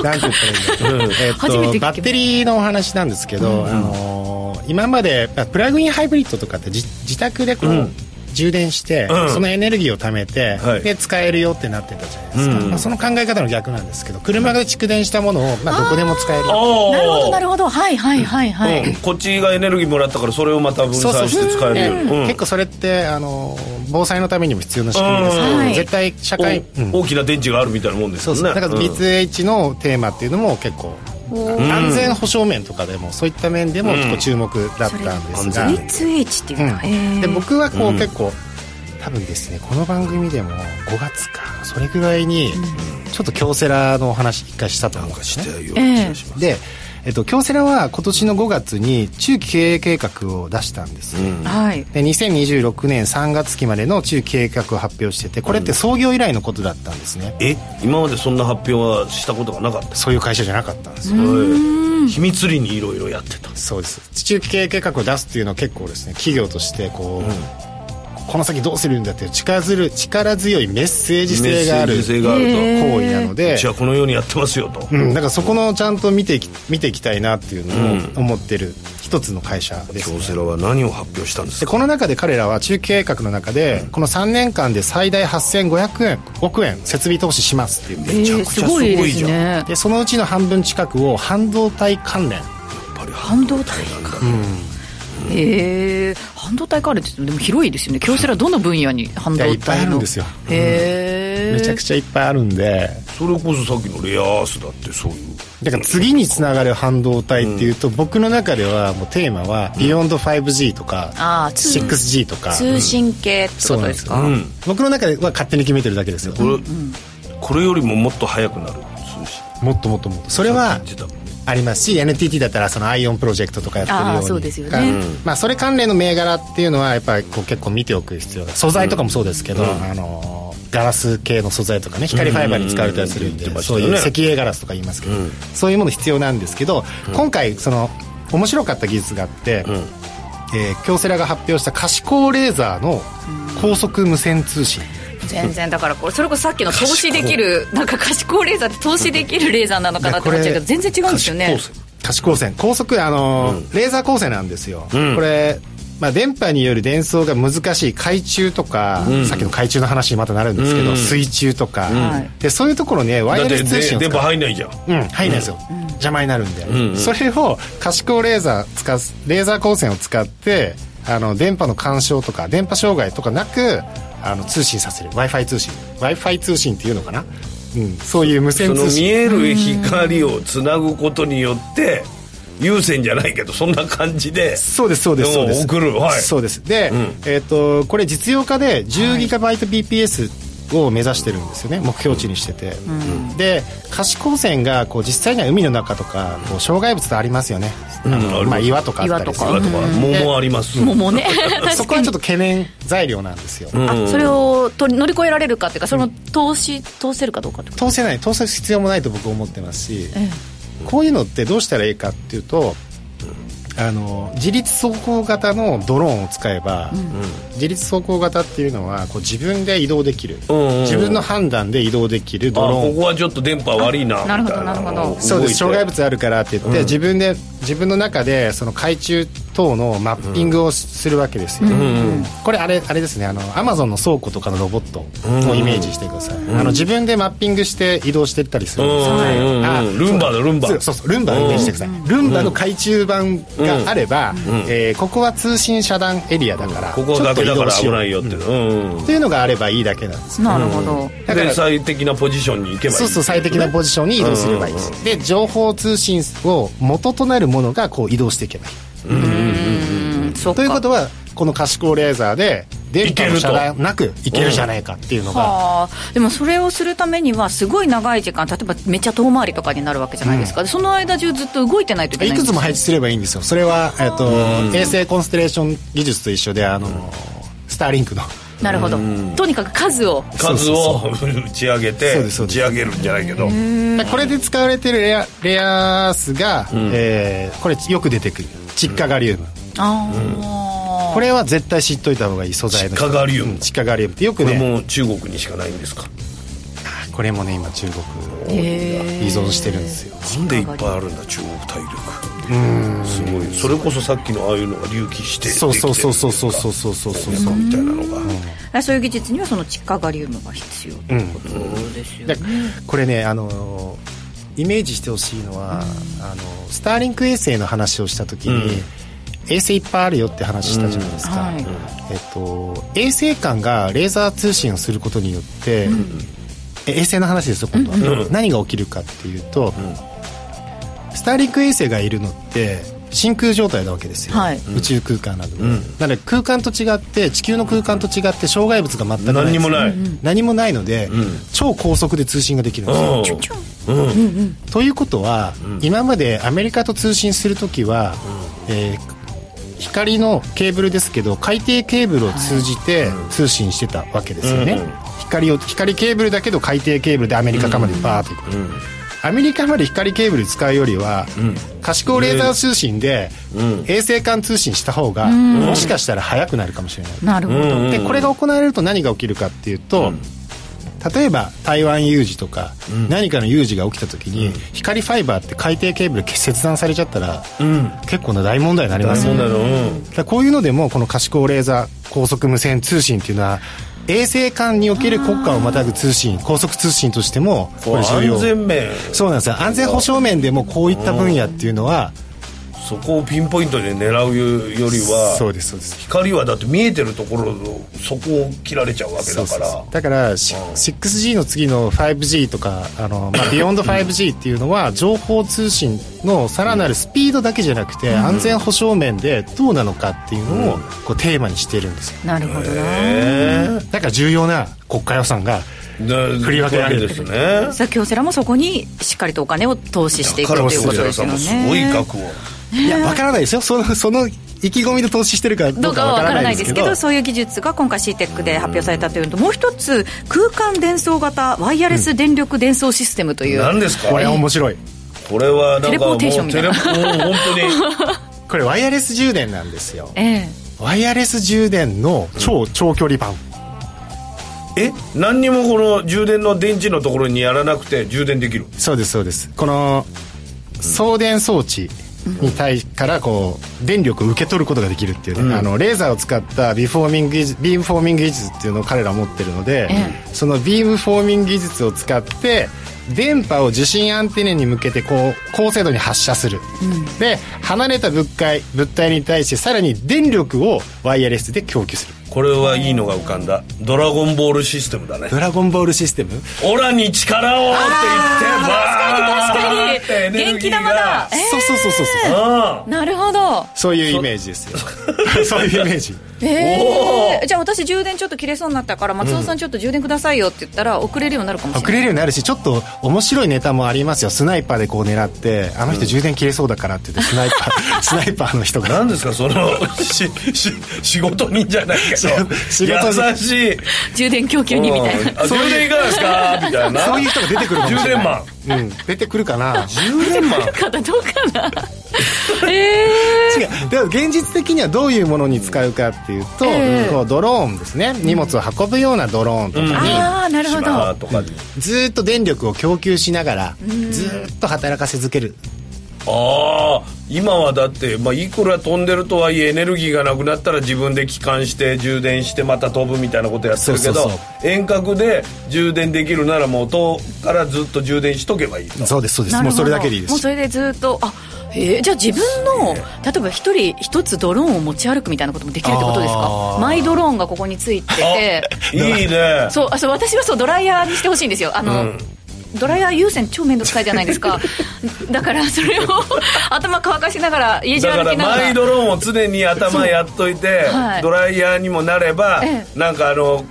Speaker 2: 何て言ったらいいんだろうえっ
Speaker 3: 初めて聞きま
Speaker 2: とバ
Speaker 3: した
Speaker 2: ッテリーのお話なんですけど、あのー今までまあプラグインハイブリッドとかって自自宅でこう、充電して、
Speaker 4: うん
Speaker 2: そのエネルギーを貯めて、
Speaker 4: はい
Speaker 2: で使えるよってなってたじゃないですか、まあ、その考え方の逆なんですけど車で蓄電したものを、まあ、どこでも使える
Speaker 3: なるほど
Speaker 4: あ
Speaker 3: なるほどはいはいはいはい、
Speaker 4: あこっちがエネルギーもらったからそれをまた分
Speaker 2: そうそう
Speaker 4: 散して使えるよ
Speaker 2: うん
Speaker 4: うん
Speaker 2: 結構それってあのー防災のためにも必要な仕組みですけ
Speaker 3: うん
Speaker 2: ど、
Speaker 3: はい
Speaker 2: 絶対社会、
Speaker 4: お
Speaker 2: うん
Speaker 4: 大きな電池があるみたいなもんです
Speaker 2: そう
Speaker 4: よ
Speaker 2: そ
Speaker 4: ね
Speaker 2: うだから
Speaker 4: うん
Speaker 2: B2H のテーマっていうのも結構安全保障面とかでもそういった面でも結構注目だったんですが、
Speaker 3: H2H っていうのは、
Speaker 2: うんで僕はこう
Speaker 4: うん
Speaker 2: 結構多分ですねこの番組でも5月かそれぐらいにちょっと京セラのお話一回したと思うんですね
Speaker 4: よ
Speaker 3: ええ
Speaker 2: で、えっと、京セラは今年の5月に中期経営計画を出したんですよ、
Speaker 3: はい
Speaker 2: で2026年3月期までの中期経営計画を発表しててこれって創業以来のことだったんですね、
Speaker 4: え今までそんな発表はしたことがなかった
Speaker 2: そういう会社じゃなかったんですよ、
Speaker 4: はい秘密裏にいろいろやってた
Speaker 2: そうです中期経営計画を出すっていうのは結構ですね企業としてこう、この先どうするんだっていう力づる力強いメッセージ性がある
Speaker 4: メッセージ性
Speaker 2: 行
Speaker 4: があると
Speaker 2: 為なので
Speaker 4: うち、はこのようにやってますよと
Speaker 2: うん、だからそこのちゃんと見ていき見ていきたいなっていうのを思ってる一つの会社です、
Speaker 4: 京セラは何を発表したんです
Speaker 2: で
Speaker 4: か
Speaker 2: この中で彼らは中期計画の中で、この3年間で最大8500円億円設備投資しますっていう
Speaker 3: えーすごいですね
Speaker 2: でそのうちの半分近くを半導体関連
Speaker 3: 半導体か、ええ半導体関連ってでも広いですよね京セラどの分野に半
Speaker 2: い
Speaker 3: 導体の
Speaker 2: やいっぱいあるんですよ
Speaker 3: へえ
Speaker 2: めちゃくちゃいっぱいあるんで
Speaker 4: それこそさっきのレアアースだってそういう
Speaker 2: だから次につながる半導体っていうと、僕の中ではもうテーマは「ビヨンド 5G」とか
Speaker 3: ああ
Speaker 2: 「
Speaker 3: 通
Speaker 2: 6G」とか
Speaker 3: 通信系ってことですか、
Speaker 4: うん
Speaker 2: 僕の中では勝手に決めてるだけですよ、
Speaker 4: これこれよりももっと早くなる通信
Speaker 2: もっともっともっとそれは
Speaker 4: 自宅
Speaker 2: ありますし NTT だったらその ION プロジェクトとかやってるように
Speaker 3: あーそうですよね
Speaker 2: うんまあ、それ関連の銘柄っていうのはやっぱりこう結構見ておく必要が素材とかもそうですけど、あのーガラス系の素材とかね光ファイバーに使われたりするんで、
Speaker 4: うんうんうん
Speaker 2: そうい
Speaker 4: 言
Speaker 2: う
Speaker 4: ってました
Speaker 2: 石
Speaker 4: ね
Speaker 2: 英ガラスとか言いますけど、
Speaker 4: うん
Speaker 2: そういうもの必要なんですけど、今回その面白かった技術があって、
Speaker 4: うん
Speaker 2: えー京セラが発表した可視光レーザーの高速無線通信、
Speaker 3: 全然だからこれそれこそさっきの投資できるなんか可視光レーザーって投資できるレーザーなのかなって思っちゃうけど全然違うんですよね
Speaker 4: 可視光
Speaker 2: 可視光線高速あの、レーザー光線なんですよ、
Speaker 4: うん
Speaker 2: これ、まあ、電波による伝送が難しい海中とか、さっきの海中の話にまたなるんですけど、
Speaker 4: うん
Speaker 2: 水中とか、
Speaker 3: うん
Speaker 2: でそういうところねワイ
Speaker 4: だっ
Speaker 2: ヤレス
Speaker 4: て
Speaker 2: 通信
Speaker 4: で
Speaker 2: を使
Speaker 4: 電波
Speaker 2: う
Speaker 4: 入んないじゃん
Speaker 2: うん、入んないですよ、邪魔になるんで、
Speaker 4: んうん
Speaker 2: それを可視光レーザー使うレーザー光線を使ってあの電波の干渉とか電波障害とかなくあの通信させる w i f i 通信 w i f i 通信っていうのかな、うん、そういう無
Speaker 4: そ
Speaker 2: 線
Speaker 4: の
Speaker 2: 通
Speaker 4: 見
Speaker 2: 信
Speaker 4: える光をつなぐことによって有線じゃないけどそんな感じで
Speaker 2: そうですそうですそうです
Speaker 4: 送るはい
Speaker 2: そうですで、
Speaker 4: ん
Speaker 2: えっ、とこれ実用化で 10GBps を目指してるんですよね目標値にしてて、で可視光線がこう実際には海の中とかこう障害物とありますよね、
Speaker 4: ん
Speaker 2: あの
Speaker 4: あります
Speaker 2: まあ、岩とかあったりする
Speaker 4: あとは桃あります
Speaker 3: もうね
Speaker 2: そ
Speaker 3: 確
Speaker 2: こ
Speaker 3: か
Speaker 2: は
Speaker 3: に
Speaker 2: ちょっと懸念材料なんですよ、
Speaker 3: あそれをと乗り越えられるかっていうかその投資通せるかどうかってこ
Speaker 2: 通せない通す必要もないと僕は思ってますし、こういうのってどうしたらいいかっていうとあの自立走行型のドローンを使えば、自立走行型っていうのはこう自分で移動できる、
Speaker 4: うんうんうん
Speaker 2: 自分の判断で移動できる
Speaker 4: あ
Speaker 2: ドローン
Speaker 4: ここはちょっと電波悪いな
Speaker 3: なるほど
Speaker 4: みたい
Speaker 3: なるほど
Speaker 4: 動いて
Speaker 2: そうです障害物あるからって言って、自分で自分の中でその海中等のマッピングをするわけですよ、これあれあれですねあのアマゾンの倉庫とかのロボットをイメージしてください、あの自分でマッピングして移動していったりするんですよ、
Speaker 4: うんうん
Speaker 2: あ
Speaker 4: うんルンバだルンバ
Speaker 2: そうそうそうルンバをイメージしてください、ルンバの海中版があれば、えーここは通信遮断エリアだから、
Speaker 4: ここは崖だから危ないよって
Speaker 2: ちょっと移動しよううんっ
Speaker 4: うん
Speaker 2: ていうのがあればいいだけなんです
Speaker 3: となるほど
Speaker 2: だから
Speaker 4: で最適なポジションに行けばいい
Speaker 2: そうそう最適なポジションに移動すればいいし、で情報通信を元となるものがこう移動していけばいい
Speaker 3: うんそっ
Speaker 2: というこ
Speaker 3: か
Speaker 2: とはこの可視光レーザーで電波の遮
Speaker 4: いける
Speaker 2: 断なくいけるじゃないかっていうのが、
Speaker 3: はあでもそれをするためにはすごい長い時間例えばめっちゃ遠回りとかになるわけじゃないですか、でその間中ずっと動いてないといけ
Speaker 2: い
Speaker 3: ないん
Speaker 2: く
Speaker 3: です
Speaker 2: つも配置すればいいんですよそれは、えっと衛星コンステレーション技術と一緒であの、スターリンクの
Speaker 3: なるほどとにかく数を
Speaker 4: 数を打ち上げて
Speaker 2: そうですそ
Speaker 4: 打
Speaker 2: うです
Speaker 4: ち上げるんじゃないけど
Speaker 2: これで使われてるレアレアアースが、えーこれよく出てくる窒化ガリウム、
Speaker 3: ああ、
Speaker 2: これは絶対知っといた方がいい素材の
Speaker 4: 窒化ガリウム
Speaker 2: うん窒化ガリウムってよく
Speaker 4: これ
Speaker 2: ね
Speaker 4: も中国にしかないんですか
Speaker 2: これもね今中国依存してるんですよ
Speaker 4: なんでいっぱいあるんだ中国大陸すごいそれこそさっきのああいうのが隆起してできて
Speaker 2: そ
Speaker 4: る
Speaker 2: うそうそうそうそうそうそうそうそうそう
Speaker 4: みたいなのが
Speaker 3: えそういう技術にはその窒化ガリウムが必要ということですよね、
Speaker 2: だこれねあのイメージしてほしいのは、あのスターリンク衛星の話をした時に、衛星いっぱいあるよって話したじゃないですか、
Speaker 3: うんはい
Speaker 2: えっと、衛星間がレーザー通信をすることによって、え衛星の話ですよ今度は、何が起きるかっていうと、ススターリック衛星がいるのって真空状態なわけですよ、
Speaker 3: はい
Speaker 2: 宇宙空間などで、なので空間と違って地球の空間と違って障害物が全くない
Speaker 4: 何にも
Speaker 2: い
Speaker 4: ない
Speaker 2: 何もないので、超高速で通信ができるんですよ、
Speaker 4: うん
Speaker 2: ということは、今までアメリカと通信する時は、えー光のケーブルですけど海底ケーブルを通じて通信してたわけですよね、光を光ケーブルだけど海底ケーブルでアメリカまでバーッと行く、アメリカまで光ケーブル使うよりは、可視光レーザー通信で、衛星間通信した方が、もしかしたら早くなるかもしれない、
Speaker 3: なるほど、
Speaker 2: でこれが行われると何が起きるかっていうと、例えば台湾有事とか、何かの有事が起きた時に、光ファイバーって海底ケーブル切断されちゃったら、結構な大問題になりますよね
Speaker 4: だろうん
Speaker 2: だからこういうのでもこの可視光レーザー高速無線通信っていうのは衛星間における国家をまたぐ通信高速通信としてもこれ重要
Speaker 4: 安全面
Speaker 2: そうなんですよ安全保障面でもこういった分野っていうのは
Speaker 4: そこをピンポイントで狙うよりは
Speaker 2: そうですそうです
Speaker 4: 光はだって見えてるところのそこを切られちゃうわけだから
Speaker 2: だからシ 6G の次の 5G とかあ の、まあ、ビヨンド 5G っていうのは情報通信のさらなるスピードだけじゃなくて安全保障面でどうなのかっていうのをこうテーマにしてるんですよ
Speaker 3: なるほどな、
Speaker 2: だから重要な国家予算が
Speaker 4: 振
Speaker 2: 振り分けられる
Speaker 4: ですね
Speaker 3: さっきおセラもそこにしっかりとお金を投資していく
Speaker 4: カ
Speaker 3: と
Speaker 4: ラオ
Speaker 3: い
Speaker 4: ケ
Speaker 3: うことですよね
Speaker 4: もすごい額を
Speaker 2: いやわからないですよそのその意気込みで投資してるかど
Speaker 3: ど
Speaker 2: う
Speaker 3: う
Speaker 2: か
Speaker 3: か
Speaker 2: わ
Speaker 3: は
Speaker 2: か
Speaker 3: 分からら
Speaker 2: な
Speaker 3: ないい
Speaker 2: で
Speaker 3: ですす
Speaker 2: け
Speaker 3: け
Speaker 2: ど
Speaker 3: どそういう技術が今回 CTEC で発表されたというのともう一つ空間伝送型ワイヤレス電力伝送システムという、
Speaker 4: 何ですか
Speaker 2: これは面白い
Speaker 4: これはなんかもう
Speaker 3: テレポーテーションみたいな
Speaker 4: テレポもう本当に
Speaker 2: これワイヤレス充電なんですよ
Speaker 3: ええ
Speaker 2: ワイヤレス充電の超長距離版
Speaker 4: え何にもこの充電の電池のところにやらなくて充電できる
Speaker 2: そうですそうですこの送電装置に対からこう電力を受け取ることができるっていうね、あのレーザーを使ったビフォーミング技術ビームフォーミング技術っていうのを彼らは持ってるので、
Speaker 3: え
Speaker 2: そのビームフォーミング技術を使って電波を受信アンテナに向けてこう高精度に発射する、で離れた物体物体に対してさらに電力をワイヤレスで供給する
Speaker 4: これはいいのが浮かんだドラゴンボールシステムだね
Speaker 2: ドラゴンボールシステム
Speaker 4: オラに力をって言って
Speaker 3: 確かに
Speaker 4: バー
Speaker 3: 確
Speaker 4: っ
Speaker 3: か
Speaker 4: て
Speaker 3: に
Speaker 4: エネ
Speaker 3: 元
Speaker 4: ルギ
Speaker 3: 気
Speaker 4: ーが
Speaker 3: 玉だえ
Speaker 2: そうそうそうそうそう
Speaker 4: うん
Speaker 3: なるほど
Speaker 2: そういうイメージ ですよそういうイメージ
Speaker 3: ええじゃあ私充電ちょっと切れそうになったから松尾さんちょっと充電くださいよって言ったら遅れるようになるかもしれ
Speaker 2: 遅
Speaker 3: ない
Speaker 2: れるようになるしちょっと面白いネタもありますよスナイパーでこう狙ってあの人充電切れそうだからって言ってスナイパースナイパーの人が
Speaker 4: 何ですかその しし仕事人じゃないけど
Speaker 2: 仕事人
Speaker 4: 優しい
Speaker 3: 充電供給にみたいな
Speaker 4: うんあ充電いかがですかみたいな
Speaker 2: そういう人が出てくるかもしれない
Speaker 4: 充
Speaker 2: 電マン、うん、出てくるかな
Speaker 4: 充 電マン
Speaker 3: 方どう かなええ
Speaker 2: 違うでも現実的にはどういうものに使うかっていうと、
Speaker 3: ええ
Speaker 2: こうドローンですね荷物を運ぶようなドローンとかに、
Speaker 3: ああなるほ
Speaker 4: 島
Speaker 3: ど
Speaker 4: とかで
Speaker 2: ずーっと電力を供給しながらずーっと働かせ続ける
Speaker 4: ああ今はだって、まあ、いくら飛んでるとはいえエネルギーがなくなったら自分で帰還して充電してまた飛ぶみたいなことやってるけど
Speaker 2: そうそうそう
Speaker 4: 遠隔で充電できるならもう遠くからずっと充電しとけばいいと
Speaker 2: そうですそうです
Speaker 3: なる
Speaker 2: もう
Speaker 3: ほ
Speaker 2: そ
Speaker 3: ど
Speaker 2: れだけでいいで
Speaker 3: もう
Speaker 2: す
Speaker 3: それでずっとあえー、じゃあ自分の例えば一人一つドローンを持ち歩くみたいなこともできるってことですかマイドローンがここについてて
Speaker 4: いいね
Speaker 3: そうあそう私はそうドライヤーにしてほしいんですよあの、ドライヤー優先超面倒くさいじゃないです かだからそれを頭乾かしながら家中
Speaker 4: だか
Speaker 3: 歩
Speaker 4: ら
Speaker 3: きなが
Speaker 4: マイ
Speaker 3: ら
Speaker 4: ドローンを常に頭やっといて、
Speaker 3: そうはい
Speaker 4: ドライヤーにもなれば、
Speaker 3: え
Speaker 4: なんかあの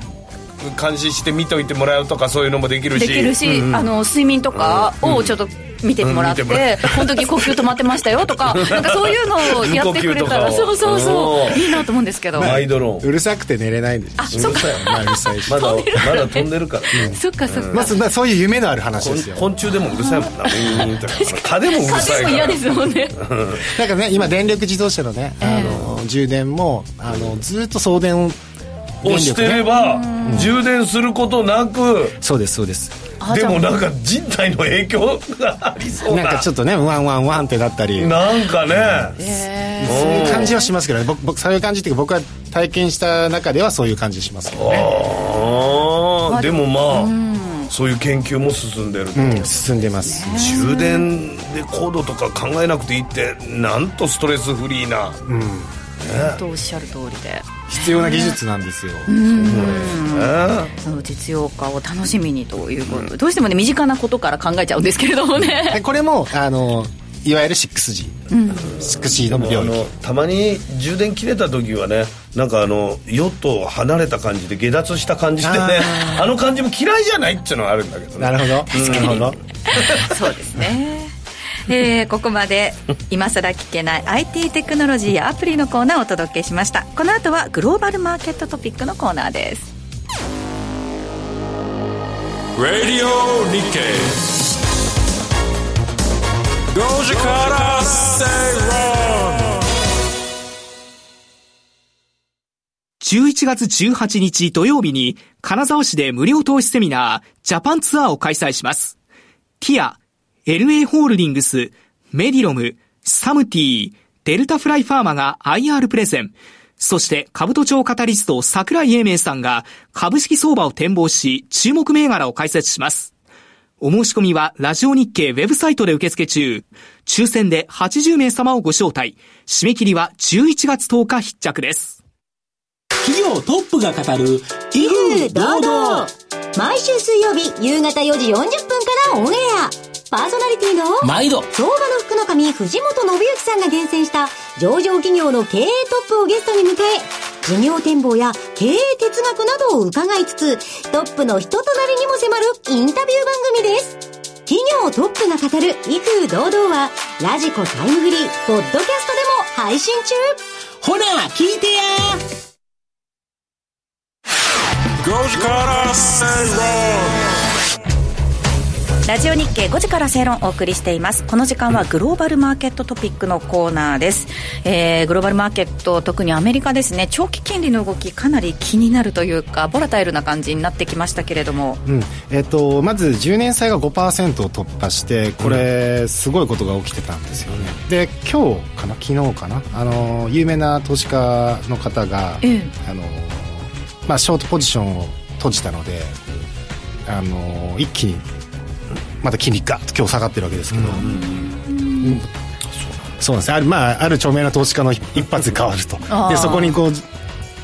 Speaker 4: 監視して見といてもらうとかそういうのもできるし
Speaker 3: できるし、あの睡眠とかをちょっと見てもらって、
Speaker 4: うん見てもら
Speaker 3: この時呼吸止まってましたよとかなんかそういうのをやってくれたら
Speaker 4: 無
Speaker 3: そ
Speaker 4: 呼吸とかを
Speaker 3: うそうそ
Speaker 4: お
Speaker 3: ういいなと思うんですけど、
Speaker 4: マイドローン
Speaker 2: うるさくて寝れないんです
Speaker 3: あそっか
Speaker 2: まあうるさいし
Speaker 4: まだまだ飛んでるから、
Speaker 3: そっかそっか、
Speaker 2: まあそまあそういう夢のある話
Speaker 4: こん
Speaker 2: ですよ
Speaker 4: 昆虫でもうるさいもんな、うーんみたいな蚊でもうるさい
Speaker 3: 風
Speaker 4: か
Speaker 3: も嫌
Speaker 4: ら
Speaker 3: ですもんね
Speaker 2: だからね今電力自動車のね、あの充電もあのずっと送電を
Speaker 4: 押してれば、充電することなく
Speaker 2: そうですそうです
Speaker 4: でもなんか人体の影響がありそう
Speaker 2: な
Speaker 4: なん
Speaker 2: かちょっとねワンワンワンってなったりそう
Speaker 4: なんかね、
Speaker 2: いう感じはしますけどね僕僕そういう感じっていうか僕は体験した中ではそういう感じしますけどね、
Speaker 4: あーでもまあ、そういう研究も進んでる、
Speaker 2: うん、進んでます
Speaker 4: 充電でコードとか考えなくていいってなんとストレスフリーな、
Speaker 3: 本当おっしゃる通りで
Speaker 2: 必要な技術なんですよ、
Speaker 3: その実用化を楽しみにということ、どうしてもね身近なことから考えちゃうんですけれどもね
Speaker 2: でこれもあのいわゆる 6G、6G の
Speaker 4: あ
Speaker 2: 領
Speaker 4: の
Speaker 2: 域
Speaker 4: たまに充電切れた時はねなんかあのヨットを離れた感じで下脱した感じでね
Speaker 2: あ
Speaker 4: あの感じも嫌いじゃないっていうのはあるんだけどね
Speaker 2: なるほどなるほど
Speaker 3: そうですね。 えーここまで今更聞けない IT テクノロジーやアプリのコーナーをお届けしましたこの後はグローバルマーケットトピックのコーナーです
Speaker 1: Radio Nikkei. Goji Kara Seiron.
Speaker 11: 11月18日土曜日に金沢市で無料投資セミナージャパンツアーを開催します。ティア、LA ホールディングス、メディロム、サムティデルタフライファーマが IR プレゼン、そして株都庁カタリスト桜井英明さんが株式相場を展望し注目銘柄を解説します。お申し込みはラジオ日経ウェブサイトで受付中。抽選で80名様をご招待。締め切りは11月10日必着です。
Speaker 7: 企業トップが語る
Speaker 11: 企
Speaker 7: 業
Speaker 11: 堂々
Speaker 12: 毎週水曜日夕方4時40分からオンエアパーソナリティの
Speaker 7: 毎度
Speaker 12: 相場の福の神藤本信之さんが厳選した上場企業の経営トップをゲストに迎え事業展望や経営哲学などを伺いつつトップの人となりにも迫るインタビュー番組です企業トップが語る威風堂々はラジコタイムフリーポッドキャストでも配信中
Speaker 7: ほら聞いてや
Speaker 1: Goji Kara Seiron.
Speaker 3: ラジオ日経5時から正論をお送りしていますこの時間はグローバルマーケットトピックのコーナーです、えーグローバルマーケット特にアメリカですね長期金利の動きかなり気になるというかボラタイルな感じになってきましたけれども
Speaker 2: うんえっとまず10年債が5%を突破してこれすごいことが起きてたんですよね、で今日かな昨日かなあの有名な投資家の方が、
Speaker 3: ええ
Speaker 2: あのまあ、ショートポジションを閉じたのであの一気にまた金利ガッと今日下がってるわけですけど、うんそうなんですある,、まあ、ある著名な投資家の一一発で変わると
Speaker 13: あー
Speaker 2: でそこにこう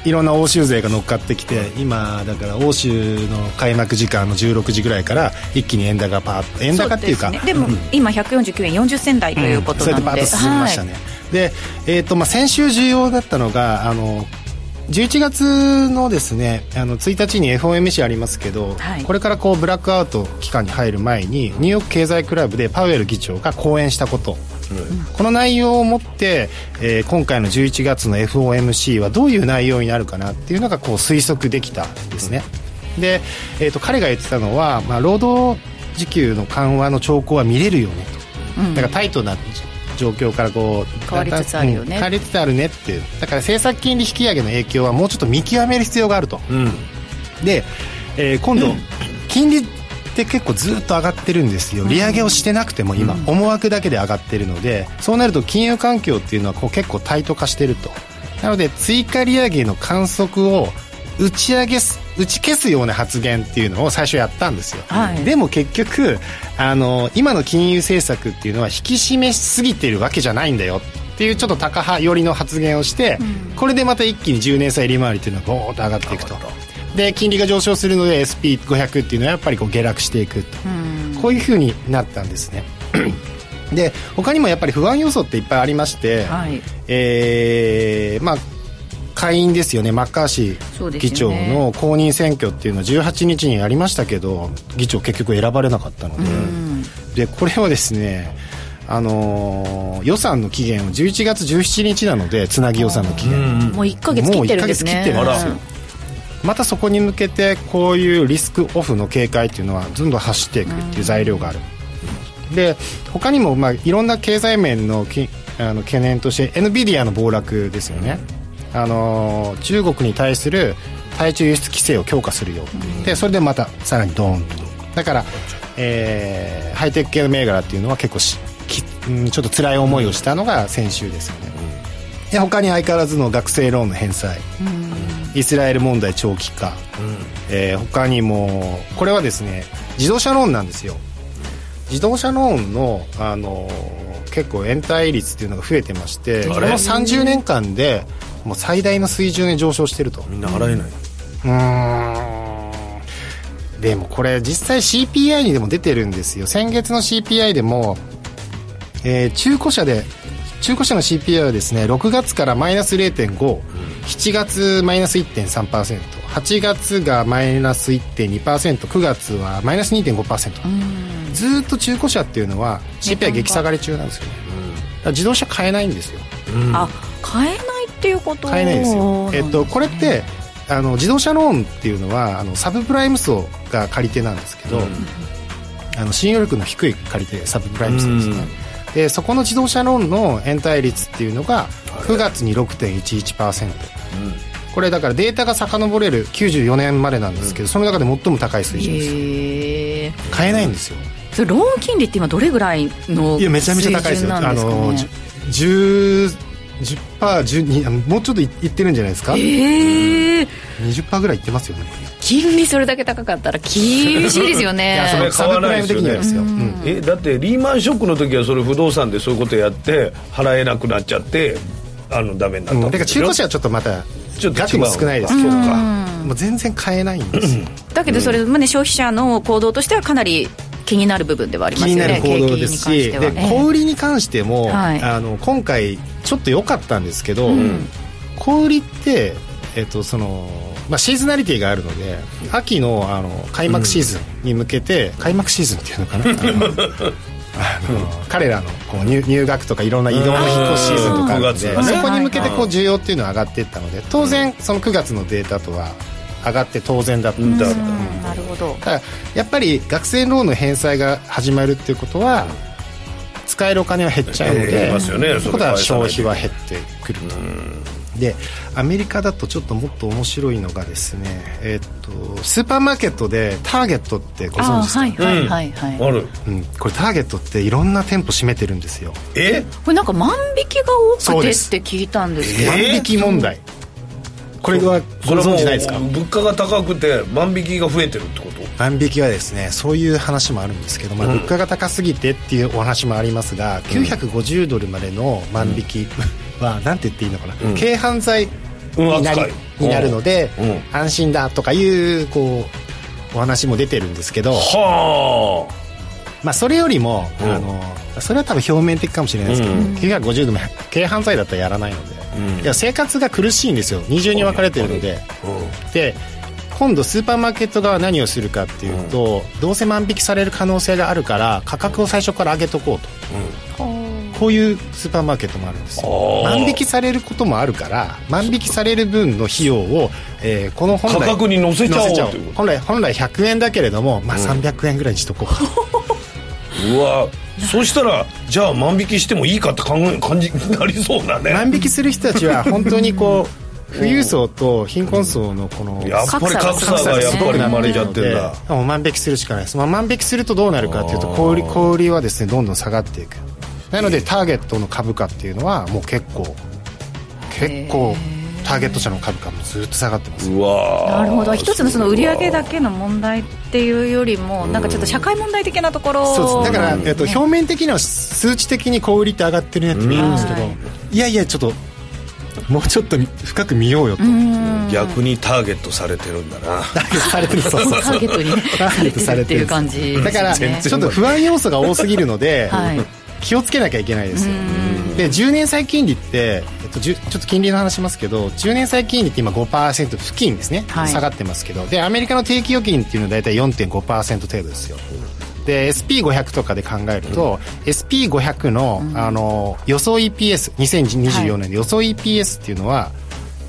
Speaker 2: いろんな欧州勢が乗っかってきて今だから欧州の開幕時間の16時ぐらいから一気に円高がパーッと円高っていうか
Speaker 3: そですねでも、今149円40銭台ということなので、
Speaker 2: うんそうやってバーッと進みましたね、で、えーとまあ、先週重要だったのがあの11月のですねあの1日に FOMC ありますけど、これからこうブラックアウト期間に入る前にニューヨーク経済クラブでパウエル議長が講演したこと、この内容をもって、えー今回の11月の FOMC はどういう内容になるかなっていうのがこう推測できたんですね。で、えー、と彼が言ってたのは、まあ、労働時給の緩和の兆候は見れるよねと、
Speaker 13: うん
Speaker 2: だからタイトな状況からこう
Speaker 13: 変わりつつあるよね
Speaker 2: うん変わりつつあるねっていうだから政策金利引き上げの影響はもうちょっと見極める必要があると、で、えー今度、金利って結構ずっと上がってるんですよ利上げをしてなくても今、思惑だけで上がってるのでそうなると金融環境っていうのはこう結構タイト化してるとなので追加利上げの観測を打ち上げす打ち消すような発言っていうのを最初やったんですよ、
Speaker 13: はい
Speaker 2: でも結局あの今の金融政策っていうのは引き締めしすぎてるわけじゃないんだよっていうちょっと高派寄りの発言をして、これでまた一気に10年債利回りっていうのがボーッと上がっていくとで金利が上昇するので SP500 っていうのはやっぱりこう下落していくとこういうふうになったんですね で他にもやっぱり不安要素っていっぱいありまして、
Speaker 13: はい
Speaker 2: えーまあ下院ですよねマッカーシ
Speaker 13: そう
Speaker 2: ー
Speaker 13: ですよね
Speaker 2: 議長の公認選挙っていうのは18日にありましたけど議長結局選ばれなかったので,、でこれはですね、あのー予算の期限を11月17日なのでつなぎ予算の期限
Speaker 3: もう1ヶ月切ってるんですね
Speaker 2: もう一ヶ月切ってるんですよまたそこに向けてこういうリスクオフの警戒っていうのはどんどん走っていくっていう材料がある、で他にもまあいろんな経済面のきあの懸念として NVIDIA の暴落ですよね、あのー中国に対する対中輸出規制を強化するよって言ってそれでまたさらにドーンとだから、えーハイテク系の銘柄っていうのは結構しき、うん、ちょっと辛い思いをしたのが先週ですよね、で他に相変わらずの学生ローンの返済、イスラエル問題長期化、えー他にもこれはですね自動車ローンなんですよ自動車ローンの、あのー結構延滞率っていうのが増えてましてこ
Speaker 4: あれ
Speaker 2: の30年間でもう最大の水準に上昇してるとみん
Speaker 4: な払えないう
Speaker 2: ーんでもこれ実際 CPI にでも出てるんですよ先月の CPI でもえー中古車で中古車の CPI はですね6月からマイナス0.57月マイナス 1.3%8 月がマイナス 1.2%9 月はマイナス2.5%ずーっと中古車っていうのは CPI 激下がり中なんですよねだから自動車買えないんですよ
Speaker 3: あ買えないっていうこと
Speaker 2: 買えないですよ、えっと、これってあの自動車ローンっていうのはあのサブプライム層が借り手なんですけど、あの信用力の低い借り手サブプライム層ですね、でそこの自動車ローンの延滞率っていうのが9月に6.11%、これだからデータが遡れる94年までなんですけど、その中で最も高い水準です、
Speaker 3: えー
Speaker 2: 買えないんですよ
Speaker 3: それローン金利って今どれぐらいの
Speaker 2: いやめちゃめちゃ高いです
Speaker 3: 水準
Speaker 2: よ
Speaker 3: なんかね
Speaker 2: あの10 10パー12あのもうちょっといいってるんじゃないですか、
Speaker 3: えー
Speaker 2: 20%ぐらいいってますよね
Speaker 3: 金利それだけ高かったら厳しいですよね
Speaker 2: いやそれ
Speaker 4: 買わないです
Speaker 2: サ
Speaker 4: よね
Speaker 2: ブプライム的にはですよ
Speaker 4: えだってリーマンショックの時はそれ不動産でそういうことやって払えなくなっちゃってあのダメになった
Speaker 2: だから中古車はちょっとまた
Speaker 4: ちょっと違
Speaker 2: 額
Speaker 4: う
Speaker 2: も少ないですけどもう全然買えないん ですよ
Speaker 3: だけどそれ、まあね、消費者の行動としてはかなり気になる部分ではありま
Speaker 2: 気
Speaker 3: すよ
Speaker 2: に
Speaker 3: ね
Speaker 2: なる行動です
Speaker 3: 景気に関し
Speaker 2: し
Speaker 3: ては
Speaker 2: で小売りに関しても、
Speaker 3: はい
Speaker 2: あの今回ちょっと良かったんですけど、
Speaker 3: うん
Speaker 2: 小売りって、えっとそのまあ、シーズナリティがあるので秋のあの開幕シーズンに向けて、開幕シーズンっていうのかなあのあの彼らのこう入入学とかいろんな移動の引っ越しシーズンとかあるので
Speaker 4: うん
Speaker 2: そこに向けて
Speaker 4: はい
Speaker 2: こ
Speaker 4: は
Speaker 2: う需要っていうのは上がっていったので当然その9月のデータとは上がって当然だったんですよ
Speaker 3: うんなるほど
Speaker 2: ただやっぱり学生ローンの返済が始まるっていうことは使えるお金は減っちゃうの
Speaker 4: 減
Speaker 2: で
Speaker 4: りますよね
Speaker 2: ということは消
Speaker 4: それは
Speaker 2: 費は減ってくるとでアメリカだとちょっともっと面白いのがですねえっとスーパーマーケットでターゲットってご
Speaker 3: あ
Speaker 2: 存知ですか
Speaker 3: はいはいはいはい、
Speaker 4: ある
Speaker 2: うん、これターゲットっていろんな店舗占めてるんですよ
Speaker 4: え
Speaker 3: これなんか万引きが多
Speaker 2: そ
Speaker 3: く
Speaker 2: う
Speaker 3: て
Speaker 2: で
Speaker 3: っ
Speaker 2: す
Speaker 3: て聞いたんですけど、
Speaker 2: 万引き問題これはご
Speaker 4: それはも
Speaker 2: 存
Speaker 4: う
Speaker 2: 知ないですか
Speaker 4: 物価が高くて万引きが増えてるってこと
Speaker 2: 万引きはですねそういう話もあるんですけど、まあ、
Speaker 4: うん
Speaker 2: 物価が高すぎてっていうお話もありますが、950ドルまでの万引きはなんて言っていいのかな、
Speaker 4: うん
Speaker 2: 軽犯罪になり
Speaker 4: うん扱い
Speaker 2: になるので、
Speaker 4: うんうん
Speaker 2: 安心だとかいうこうお話も出てるんですけど、
Speaker 4: はあ
Speaker 2: まあ、それよりも、
Speaker 4: うん
Speaker 2: あのそれは多分表面的かもしれないですけど、
Speaker 4: うん
Speaker 2: 950ドル軽犯罪だったらやらないので、
Speaker 4: うん
Speaker 2: いや生活が苦しいんですよ二重に分かれてるので。で今度スーパーマーケット側は何をするかっていうと、どうせ万引きされる可能性があるから価格を最初から上げとこうと、こういうスーパーマーケットもあるんですよ
Speaker 4: あー
Speaker 2: 万引きされることもあるから万引きされる分の費用を、えーこの本来
Speaker 4: 価格に乗せちゃおうということ
Speaker 2: 本来本来100円だけれども、まあ、300円ぐらいにしとこう、
Speaker 4: うわそしたらじゃあ万引きしてもいいかって考え感じになりそうだね
Speaker 2: 万引きする人たちは本当にこう富裕層と貧困層のこの
Speaker 4: やっぱり格差がやっぱり生まれちゃってんだ
Speaker 2: もう万引きするしかないです、まあ、万引きするとどうなるかっていうと小売小売はですねどんどん下がっていくなのでターゲットの株価っていうのはもう結構結構ターゲット社の株価もずっと下がってます
Speaker 4: うわ
Speaker 3: なるほど一つのその売り上げだけの問題っていうよりもなんかちょっと社会問題的なところ
Speaker 2: そうですだから、
Speaker 3: うん
Speaker 2: えっと、表面的には数値的に小売りって上がってるねって見えるんですけど、、
Speaker 3: はい
Speaker 2: やいやちょっともうちょっと深く見ようよと、
Speaker 4: 逆にターゲットされてるんだな
Speaker 2: ターゲットされてるそうそう
Speaker 3: ターゲットにね
Speaker 2: ターゲットされてる
Speaker 3: っていう感じですね
Speaker 2: だから
Speaker 3: 全然
Speaker 2: ちょっと不安要素が多すぎるので、
Speaker 3: はい
Speaker 2: 気をつけなきゃいけないですよで10年債金利って、えっと、じゅちょっと金利の話しますけど10年債金利って今5%付近ですね、
Speaker 3: はい
Speaker 2: 下がってますけどでアメリカの定期預金っていうのは大体4.5%程度ですよで SP500 とかで考えると、SP500 の,、あの予想 EPS2024 年の予想 EPS っていうのは、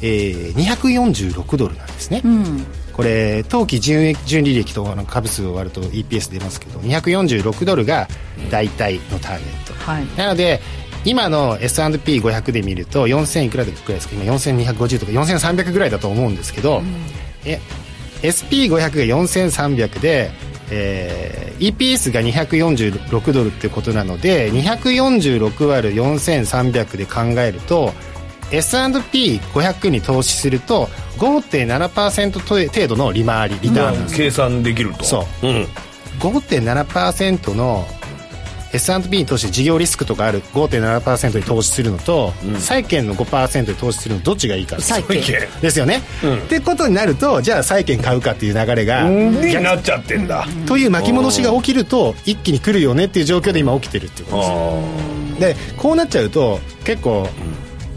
Speaker 2: えー、246ドルなんですね、
Speaker 3: うん
Speaker 2: これ当期純益純利益とあの株数を割ると EPS 出ますけど246ドルが大体のターゲット、
Speaker 3: はい
Speaker 2: なので今の S&P500 で見ると4000いくらでくらいですか今4250とか4300ぐらいだと思うんですけど、え SP500 が4300で、えー EPS が246ドルってことなので246割る4300で考えると S&P500 に投資すると5.7%程度の利回りリターンなんですよ
Speaker 4: 計算できると、
Speaker 2: そう
Speaker 4: うん、
Speaker 2: 5.7%の S&P に投資事業リスクとかある5.7%に投資するのと、債券の5%に投資するのどっちがいいか
Speaker 4: 債券
Speaker 2: ですよね、ってことになるとじゃあ債券買うかっていう流れが
Speaker 4: になっちゃってんだ
Speaker 2: という巻き戻しが起きると一気に来るよねっていう状況で今起きてるっていうことですでこうなっちゃうと結構、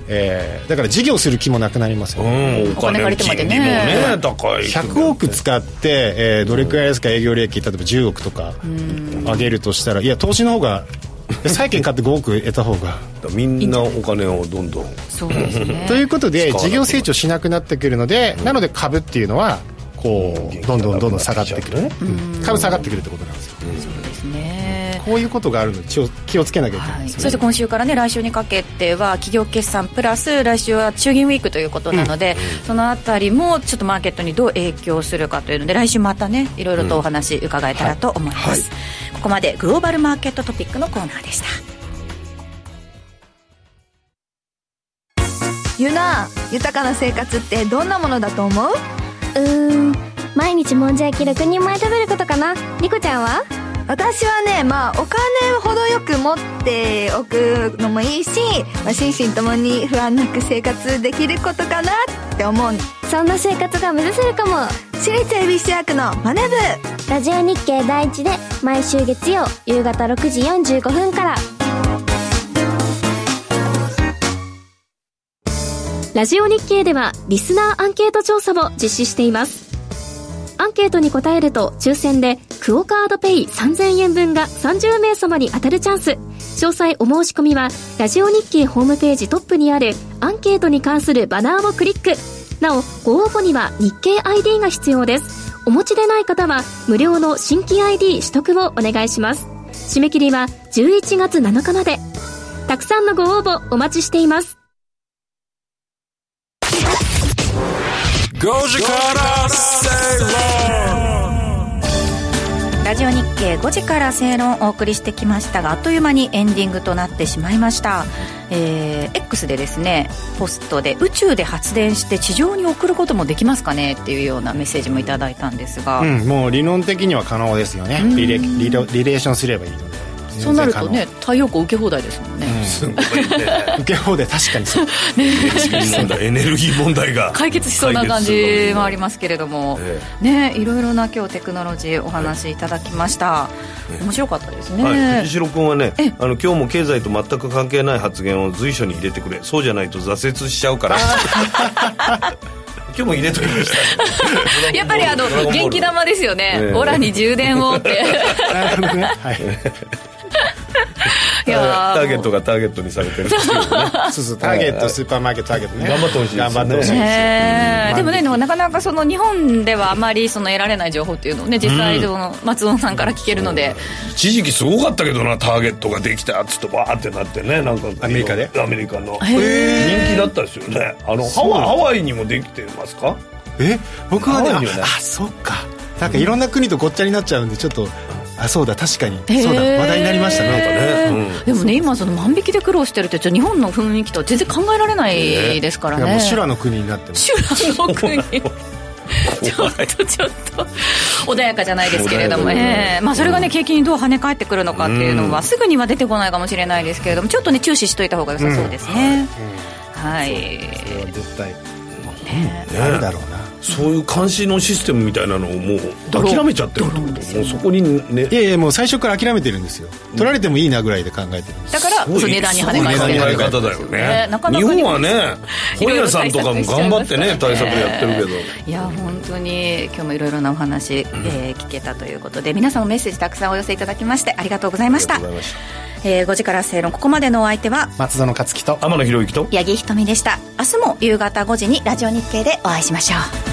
Speaker 2: えーだから事業する気もなくなりますよね、
Speaker 4: お金借りてまでね金利もね高い
Speaker 2: 100億使って、えーどれくらいですか営業利益例えば10億とか上げるとしたらいや投資の 方がいや債券買って5億得た方が
Speaker 4: みんなお金をどんどん
Speaker 3: そうですね
Speaker 2: ということで
Speaker 4: 使わなくなる
Speaker 2: 事業成長しなくなってくるので、なので株っていうのはこうどんどんどんどん下がってくる、株下がってくるってことなんですよ、
Speaker 3: ですね
Speaker 2: こういうことがあるので気を気をつけなきゃいけない
Speaker 3: は
Speaker 2: で
Speaker 3: い、
Speaker 2: すよ
Speaker 3: そして今週からね来週にかけては企業決算プラス来週は中銀ウィークということなので、そのあたりもちょっとマーケットにどう影響するかというので来週またねいろいろとお話伺えたらと思います、ここまでグローバルマーケットトピックのコーナーでした
Speaker 13: ゆな豊かな生活ってどんなものだと思う
Speaker 10: うーん毎日もんじゃ焼き6人前食べることかなリコちゃんは
Speaker 13: 私はねまあお金を程よく持っておくのもいいし、まあ、心身ともに不安なく生活できることかなって思う
Speaker 10: そんな生活が目指せるかも
Speaker 13: 私立恵比寿役のマネブ
Speaker 10: ラジオ日経第一で毎週月曜夕方6時45分から
Speaker 8: ラジオ日経ではリスナーアンケート調査を実施しています。アンケートに答えると抽選でクオカードペイ3000円分が30名様に当たるチャンス。詳細お申し込みはラジオ日経ホームページトップにあるアンケートに関するバナーをクリック。なお、ご応募には日経 ID が必要です。お持ちでない方は無料の新規 ID 取得をお願いします。締め切りは11月7日まで。たくさんのご応募お待ちしています。
Speaker 1: 5時から正論
Speaker 3: ラジオ日経5時から正論をお送りしてきましたがあっという間にエンディングとなってしまいました、えー X でですねポストで宇宙で発電して地上に送ることもできますかねっていうようなメッセージもいただいたんですが、
Speaker 2: うん、もう理論的には可能ですよねリレリロリレーションすればいいので
Speaker 3: そうなるとね太陽光受け放題ですもんね、
Speaker 4: すごい ね
Speaker 2: 受け放題確かにそう
Speaker 4: 問題エネルギー問題が
Speaker 3: 解決しそうな感じもありますけれども、
Speaker 4: え
Speaker 3: ねいろいろな今日テクノロジーお話いただきました、面白かったですね、
Speaker 4: はい、藤代君はねあの今日も経済と全く関係ない発言を随所に入れてくれそうじゃないと挫折しちゃうから 今日も入れときまし た
Speaker 3: やっぱりあ
Speaker 4: ドラゴンボ
Speaker 3: の
Speaker 4: ール
Speaker 3: 元気玉ですよね、
Speaker 4: ええ
Speaker 3: オラに充電 をって
Speaker 2: なるほどね、はい、
Speaker 3: いや
Speaker 4: タ
Speaker 3: ー
Speaker 4: ーゲットがターゲットにされてるっていうね
Speaker 2: そうそうターゲットスーパーマーケットターゲットね
Speaker 4: 頑張ってほしいですね
Speaker 2: 頑張ってほしいです
Speaker 3: ねえ
Speaker 2: うん
Speaker 3: でもね、なかなかその日本ではあまりその得られない情報っていうのをね、実際その松尾さんから聞けるので、
Speaker 4: 一時期すごかったけどなターゲットができたっつってバーってなってねなんか
Speaker 2: アメリカで
Speaker 4: アメリカの人
Speaker 3: へ
Speaker 4: 気だったですよねあのハ
Speaker 2: そうなん
Speaker 4: ワ
Speaker 2: だ
Speaker 4: イハワイにもできてますか
Speaker 2: え僕はね
Speaker 4: 合
Speaker 2: あ
Speaker 4: うんよね
Speaker 2: あそっかなんかいろんな国とごっちゃになっちゃうんでちょっとあそうだ確かに
Speaker 3: へえ
Speaker 2: そうだ話題になりましたなんかね
Speaker 4: ね
Speaker 3: でもね、今その万引きで苦労してるって、ちょっと日本の雰囲気とは全然考えられないですから
Speaker 2: いやも
Speaker 3: ね。
Speaker 2: う修羅の国になってます
Speaker 3: 修羅の国ちょっとちょっと穏やかじゃないですけれども、
Speaker 4: 穏やかだね
Speaker 3: ええまあ、それがね景気にどう跳ね返ってくるのかっていうのは、すぐには出てこないかもしれないですけれどもちょっとね注視しといた方が良さそうですね、はい、
Speaker 2: それは絶対
Speaker 3: ね
Speaker 2: あるだろうな
Speaker 4: そういう監視のシステムみたいなのをもう諦めちゃってるってこともうそこにね
Speaker 2: いやいやもう最初から諦めてるんですよ取られてもいいなぐらいで考えてるんです
Speaker 3: だから
Speaker 4: すごい
Speaker 3: そう値段に跳ね
Speaker 4: すご
Speaker 3: 返
Speaker 4: い
Speaker 3: っ
Speaker 4: 考
Speaker 3: て
Speaker 2: 値
Speaker 3: る
Speaker 2: 段
Speaker 4: え方だよ
Speaker 3: ね
Speaker 4: ね
Speaker 3: なかな
Speaker 4: 日
Speaker 3: か
Speaker 4: 本はね
Speaker 3: い
Speaker 4: 本
Speaker 3: ろい
Speaker 4: 屋
Speaker 3: ろ
Speaker 4: さんとかも
Speaker 3: 対策しちゃ
Speaker 4: 頑
Speaker 3: い
Speaker 4: 張
Speaker 3: ま
Speaker 4: っ
Speaker 3: す
Speaker 4: て
Speaker 3: から
Speaker 4: ね対策やってるけど
Speaker 3: いや本当に今日もいろいろなお話、えー聞けたということで皆さんもメッセージたくさんお寄せいただきましてありがとうございましたえー5時から正論ここまでのお相手は
Speaker 2: 松園克樹と
Speaker 4: 天野博之と
Speaker 3: 八木ひとみでした明日も夕方5時にラジオ日経でお会いしましょう